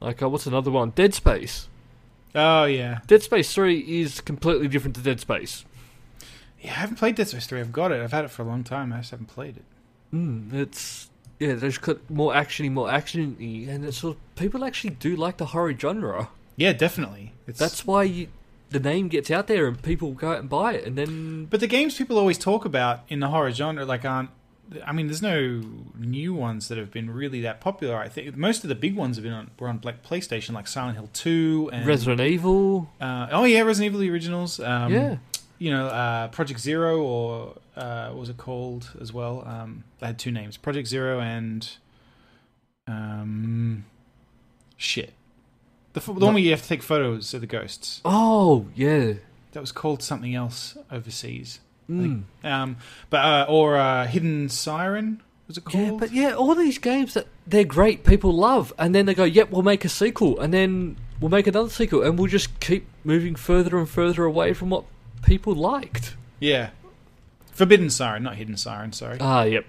B: Like, uh, what's another one? Dead Space.
A: Oh yeah.
B: Dead Space Three is completely different to Dead Space.
A: Yeah. I haven't played Dead Space three. I've got it. I've had it for a long time. I just haven't played it.
B: Mm, it's yeah, there's co- more actiony, more actiony, and it's sort of, people actually do like the horror genre.
A: Yeah, definitely. It's
B: That's why you, the name gets out there and people go out and buy it, and then
A: but the games people always talk about in the horror genre like aren't. I mean, there's no new ones that have been really that popular. I think most of the big ones have been on were on like PlayStation, like Silent Hill two and
B: Resident Evil.
A: Uh, oh yeah, Resident Evil the originals. Um,
B: Yeah.
A: You know, uh, Project Zero or uh, what was it called as well? Um, they had two names: Project Zero and um, shit. The, f- the one where you have to take photos of the ghosts.
B: Oh yeah,
A: That was called something else overseas. I
B: mm.
A: think. Um, but uh, or uh, Hidden Siren was it called?
B: yeah, but yeah, all these games that they're great, people love, and then they go, "Yep, we'll make a sequel," and then we'll make another sequel, and we'll just keep moving further and further away from what people liked.
A: Yeah. Forbidden Siren, not Hidden Siren. Sorry.
B: Ah, yep.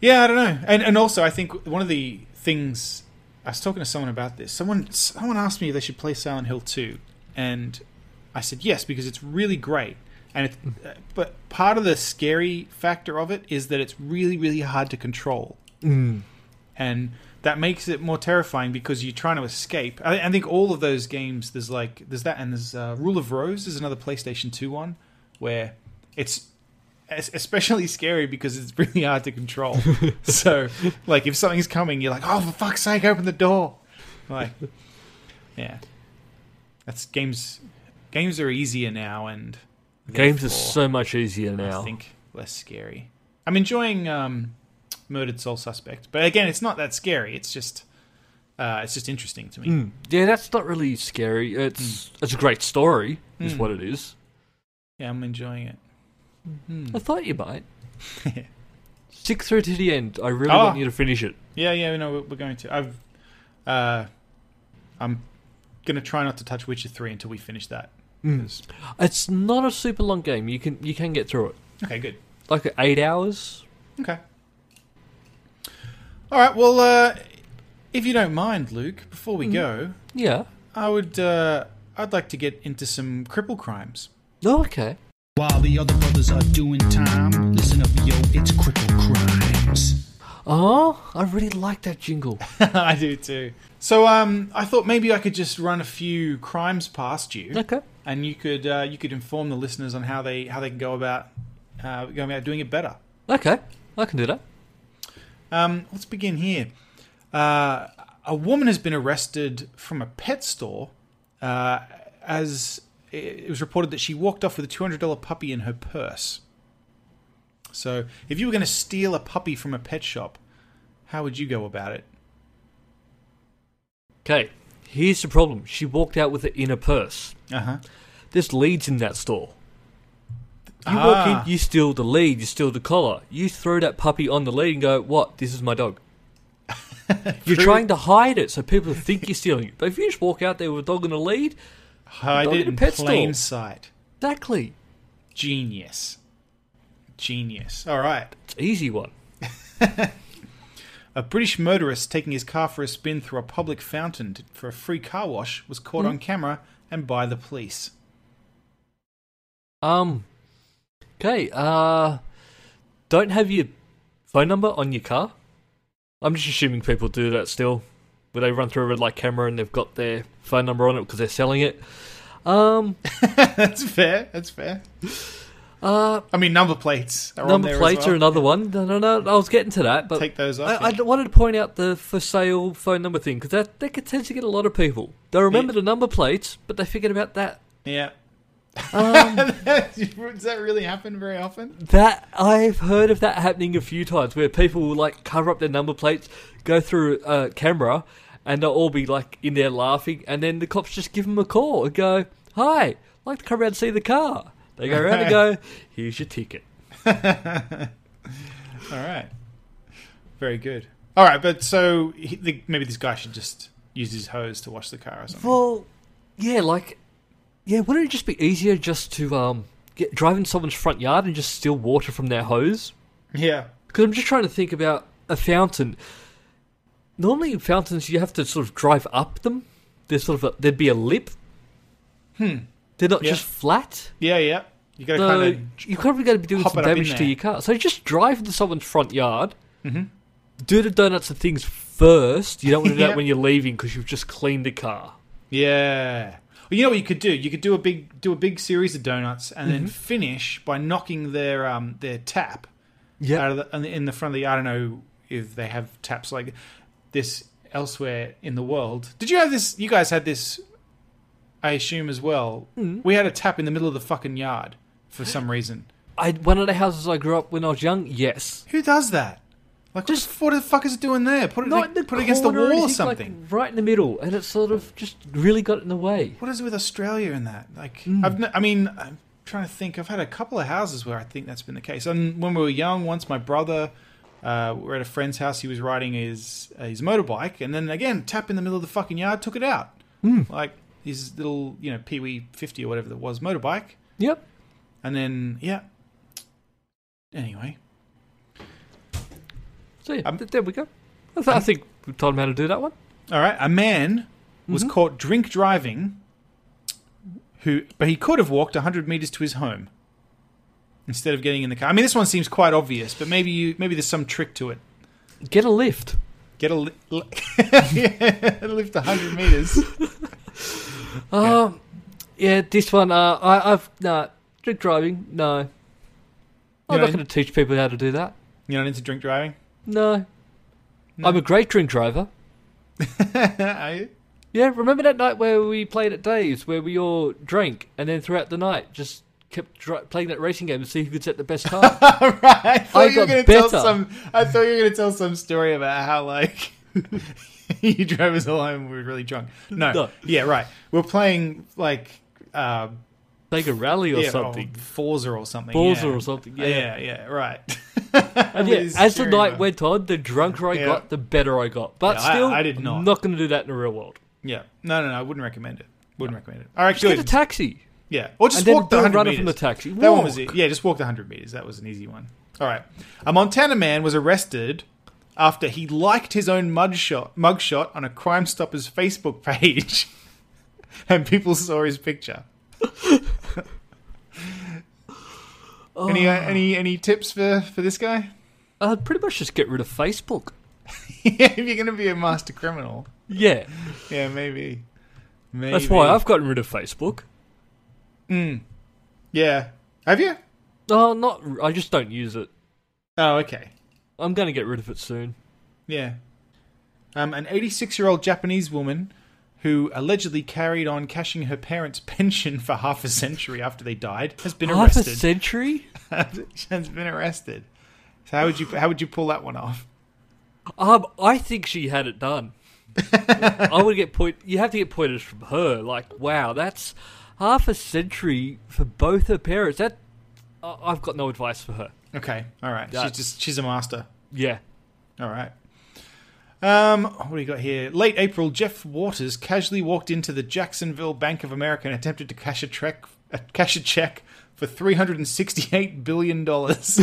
A: Yeah, I don't know. And and also, I think one of the things I was talking to someone about this. Someone someone asked me if they should play Silent Hill two, and I said yes because it's really great. And it, uh, but part of the scary factor of it is that it's really really hard to control, and that makes it more terrifying because you're trying to escape. I, I think all of those games there's like there's that and there's uh, Rule of Rose is another PlayStation two one where it's es- especially scary because it's really hard to control. so, like, if something's coming, you're like, "Oh, for fuck's sake, open the door!" Like, yeah, that's games. Games are easier now, and
B: Games are
A: therefore,
B: so much easier now.
A: I think less scary. I'm enjoying um, Murdered Soul Suspect, but again, it's not that scary. It's just, uh, it's just interesting to me.
B: Yeah, that's not really scary. It's it's a great story, is what it is.
A: Yeah, I'm enjoying it.
B: I thought you might. Stick through to the end. I really
A: Ah.
B: want you to finish it.
A: Yeah, yeah, no, we're- we're going to. I've, uh, I'm gonna try not to touch Witcher three until we finish that. 'Cause-
B: It's not a super long game. You can you can get through it.
A: Okay, good.
B: Like eight hours.
A: Okay. All right. Well, uh, if you don't mind, Luke, before we go,
B: Yeah.
A: I would, uh, I'd like to get into some cripple crimes.
B: Oh, okay.
F: While the other brothers are doing time, listen up, yo, it's Cripple Crimes.
B: Oh, I really like that jingle.
A: I do too. So, um, I thought maybe I could just run a few crimes past you.
B: Okay.
A: and you could uh, you could inform the listeners on how they how they can go about uh, going about doing it better.
B: Okay. I can do that.
A: Um, let's begin here. Uh, a woman has been arrested from a pet store uh, as it it was reported that she walked off with a two hundred dollar puppy in her purse. So, if you were going to steal a puppy from a pet shop, how would you go about it?
B: Okay. Here's the problem. She walked out with it in a purse.
A: Uh huh.
B: There's leads in that store. You
A: Ah.
B: walk in, you steal the lead, you steal the collar, you throw that puppy on the lead and go, "What? This is my dog." You're trying to hide it so people think you're stealing it. But if you just walk out there with a dog and a lead,
A: Hide
B: Dog
A: it
B: in a
A: in
B: pet
A: plain
B: store.
A: sight.
B: exactly,
A: Genius. Genius. All right.
B: it's an easy one.
A: A British motorist taking his car for a spin through a public fountain t- for a free car wash was caught on camera and by the police.
B: Um, okay. Uh, don't have your phone number on your car. I'm just assuming people do that still, where they run through a red light camera and they've got their phone number on it because they're selling it. Um,
A: that's fair. That's fair.
B: uh,
A: I mean, number plates are on
B: number
A: there
B: plates
A: as well.
B: are another one. No, no, no. I was getting to that, but
A: Take those off.
B: I, I wanted to point out the for sale phone number thing because that that could tend to get a lot of people. They remember the number plates, but they forget about that.
A: yeah.
B: Um,
A: Does that really happen very often?
B: That I've heard of that happening a few times where people will like cover up their number plates, go through a uh, camera, and they'll all be like in there laughing, and then the cops just give them a call and go, "Hi, I'd like to come around and see the car." They go around and go, "Here's your ticket."
A: All right. Very good. All right, but so he, the, maybe this guy should just use his hose to wash the car or something.
B: Well, yeah, like, yeah, wouldn't it just be easier just to um get drive in someone's front yard and just steal water from their hose?
A: Yeah.
B: Because I'm just trying to think about a fountain. Normally, in fountains you have to sort of drive up them. There's sort of a, there'd be a lip. Hmm. They're not
A: Hmm. Yeah.
B: just flat.
A: Yeah, yeah. You got to
B: So
A: kind of
B: you're probably going to be doing
A: hop
B: some
A: it up in
B: damage to
A: there.
B: your car. So just drive into someone's front yard. Mm-hmm. Do the donuts and things first. You don't want to do
A: Yeah.
B: that when you're leaving because you've just cleaned the car.
A: Yeah. Well, you know what you could do? You could do a big do a big series of donuts and
B: Mm-hmm.
A: then finish by knocking their um their tap
B: Uh,
A: out of the, in the- in the front of the. I don't know if they have taps like this elsewhere in the world. Did you have this? You guys had this, I assume as well. We had a tap in the middle of the fucking yard for some reason.
B: I one of the houses I grew up when I was young. Yes,
A: Who does that? Like,
B: Just-
A: what, the, what the fuck is it doing there? Put it
B: not
A: like,
B: in the
A: put it against the
B: corner
A: wall or
B: anything, like,
A: something.
B: right in the middle, and it sort of just really got in the way.
A: What is it with Australia and that? Like, I've n- I mean, I'm trying to think. I've had a couple of houses where I think that's been the case. And when we were young, once my brother, uh, we were at a friend's house. He was riding his uh, his motorbike, and then again, tap in the middle of the fucking yard, took it out. Like his little, you know, Pee Wee fifty or whatever that was motorbike,
B: Yep.
A: and then yeah. Anyway,
B: So yeah,
A: Um,
B: th- there we go. I, th- I think we told him how to do that one.
A: all right, a man was caught drink driving. Who, but he could have walked 100 meters to his home instead of getting in the car. I mean, this one seems quite obvious, but maybe you maybe there's some trick to it.
B: Get a lift.
A: Get a li- li- yeah, lift 100 meters.
B: Um, yeah, this one. Uh, I, I've no drink driving. No,
A: You
B: I'm
A: know,
B: not going to teach people how to do that.
A: You're not into drink driving,
B: No. I'm a great drink driver.
A: are you?
B: Yeah, remember that night where we played at Dave's, where we all drank, and then throughout the night just kept dri- playing that racing game to see who could set the best time.
A: I thought
B: I
A: you were going
B: got
A: to tell
B: better.
A: some. I thought you were going to tell some story about how like you drove us all home. and We were really drunk. No.
B: No.
A: Yeah. Right. We're playing like uh,
B: Sega Rally or
A: yeah,
B: something.
A: oh, Forza or something.
B: Forza
A: yeah.
B: or something,
A: Yeah,
B: yeah.
A: yeah, right.
B: And yeah, as the night went on, the drunker I
A: Yeah.
B: got, the better I got. But
A: Yeah, I-
B: still,
A: I did not.
B: am not going to do that in the real world.
A: yeah, no, no, no, I wouldn't recommend it. Wouldn't recommend it. All right,
B: Just
A: good.
B: get a taxi.
A: yeah, or just
B: and then
A: walk the
B: don't
A: hundred
B: run it
A: meters
B: from the taxi.
A: That one was
B: Walk.
A: it. Yeah, just walk the hundred meters. That was an easy one. All right, a Montana man was arrested after he liked his own mugshot mugshot on a Crime Stoppers Facebook page, and people saw his picture. Any uh,
B: Oh.
A: any any tips for for this guy?
B: I'd pretty much just get rid of Facebook.
A: yeah, if you're going to be a master criminal,
B: Yeah,
A: yeah, maybe. maybe.
B: that's why I've gotten rid of Facebook.
A: Yeah, have you?
B: No, Uh, not. I just don't use it.
A: Oh, okay.
B: I'm going to get rid of it soon.
A: Yeah. Um, an 86 year old Japanese woman who allegedly carried on cashing her parents' pension for half a century after they died has been
B: Half a
A: arrested.
B: century?
A: has been arrested. So how would you how would you pull that one off?
B: Um, I think she had it done. I would get point. You have to get pointers from her. Like, wow, that's half a century for both her parents. That I I've got no advice for her.
A: Okay, all right.
B: That-
A: She's just she's a master.
B: Yeah,
A: All right. Um, what do you got here? Late April, Jeff Waters casually walked into the Jacksonville Bank of America and attempted to cash a check, uh, cash a check for three hundred and sixty-eight billion dollars.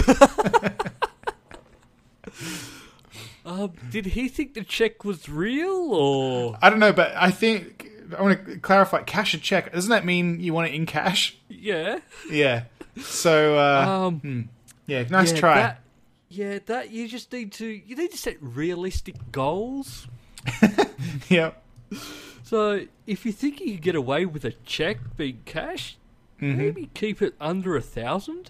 B: Um, did he think the check was real or?
A: I don't know, but I think I want to clarify. Cash a check doesn't that mean you want it in cash?
B: Yeah.
A: Yeah. So uh,
B: Um,
A: yeah, nice
B: yeah,
A: try.
B: that- yeah, that you just need to you need to set realistic goals.
A: Yeah.
B: So if you think you can get away with a check being cash, maybe keep it under a thousand.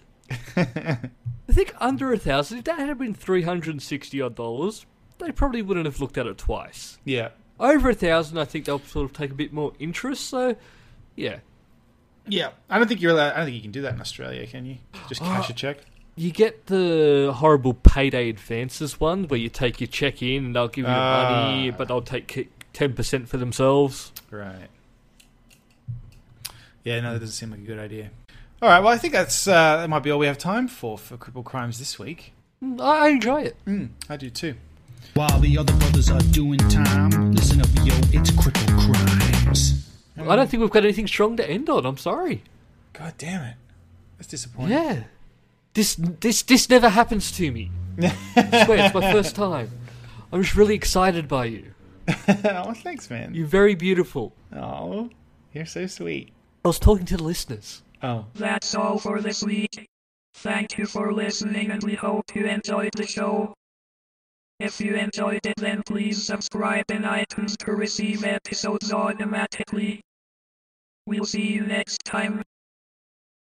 B: I think under a thousand. If that had been three hundred and sixty odd dollars, they probably wouldn't have looked at it twice.
A: Yeah.
B: Over a thousand, I think they'll sort of take a bit more interest. So, yeah,
A: Yeah. I don't think you're allowed. I don't think you can do that in Australia, can you? Just
B: Uh,
A: cash a check.
B: You get the horrible payday advances one where you take your check in and they'll give you the money, but they'll take ten percent for themselves.
A: Right. Yeah, no, that doesn't seem like a good idea. All right, well, I think that's uh, that might be all we have time for for Cripple Crimes this week.
B: Mm, I I enjoy it.
A: I do too.
F: While the other brothers are doing time, listen up, yo, it's Cripple Crimes.
B: I don't think we've got anything strong to end on. I'm sorry.
A: God damn it, that's disappointing.
B: Yeah, this this this never happens to me. I swear, it's my first time. I'm just really excited by you.
A: oh, thanks, man.
B: You're very beautiful.
A: Oh, you're so sweet.
B: I was talking to the listeners.
A: Oh,
G: That's all for this week. Thank you for listening and we hope you enjoyed the show. If you enjoyed it then please subscribe in iTunes to receive episodes automatically. We'll see you next time.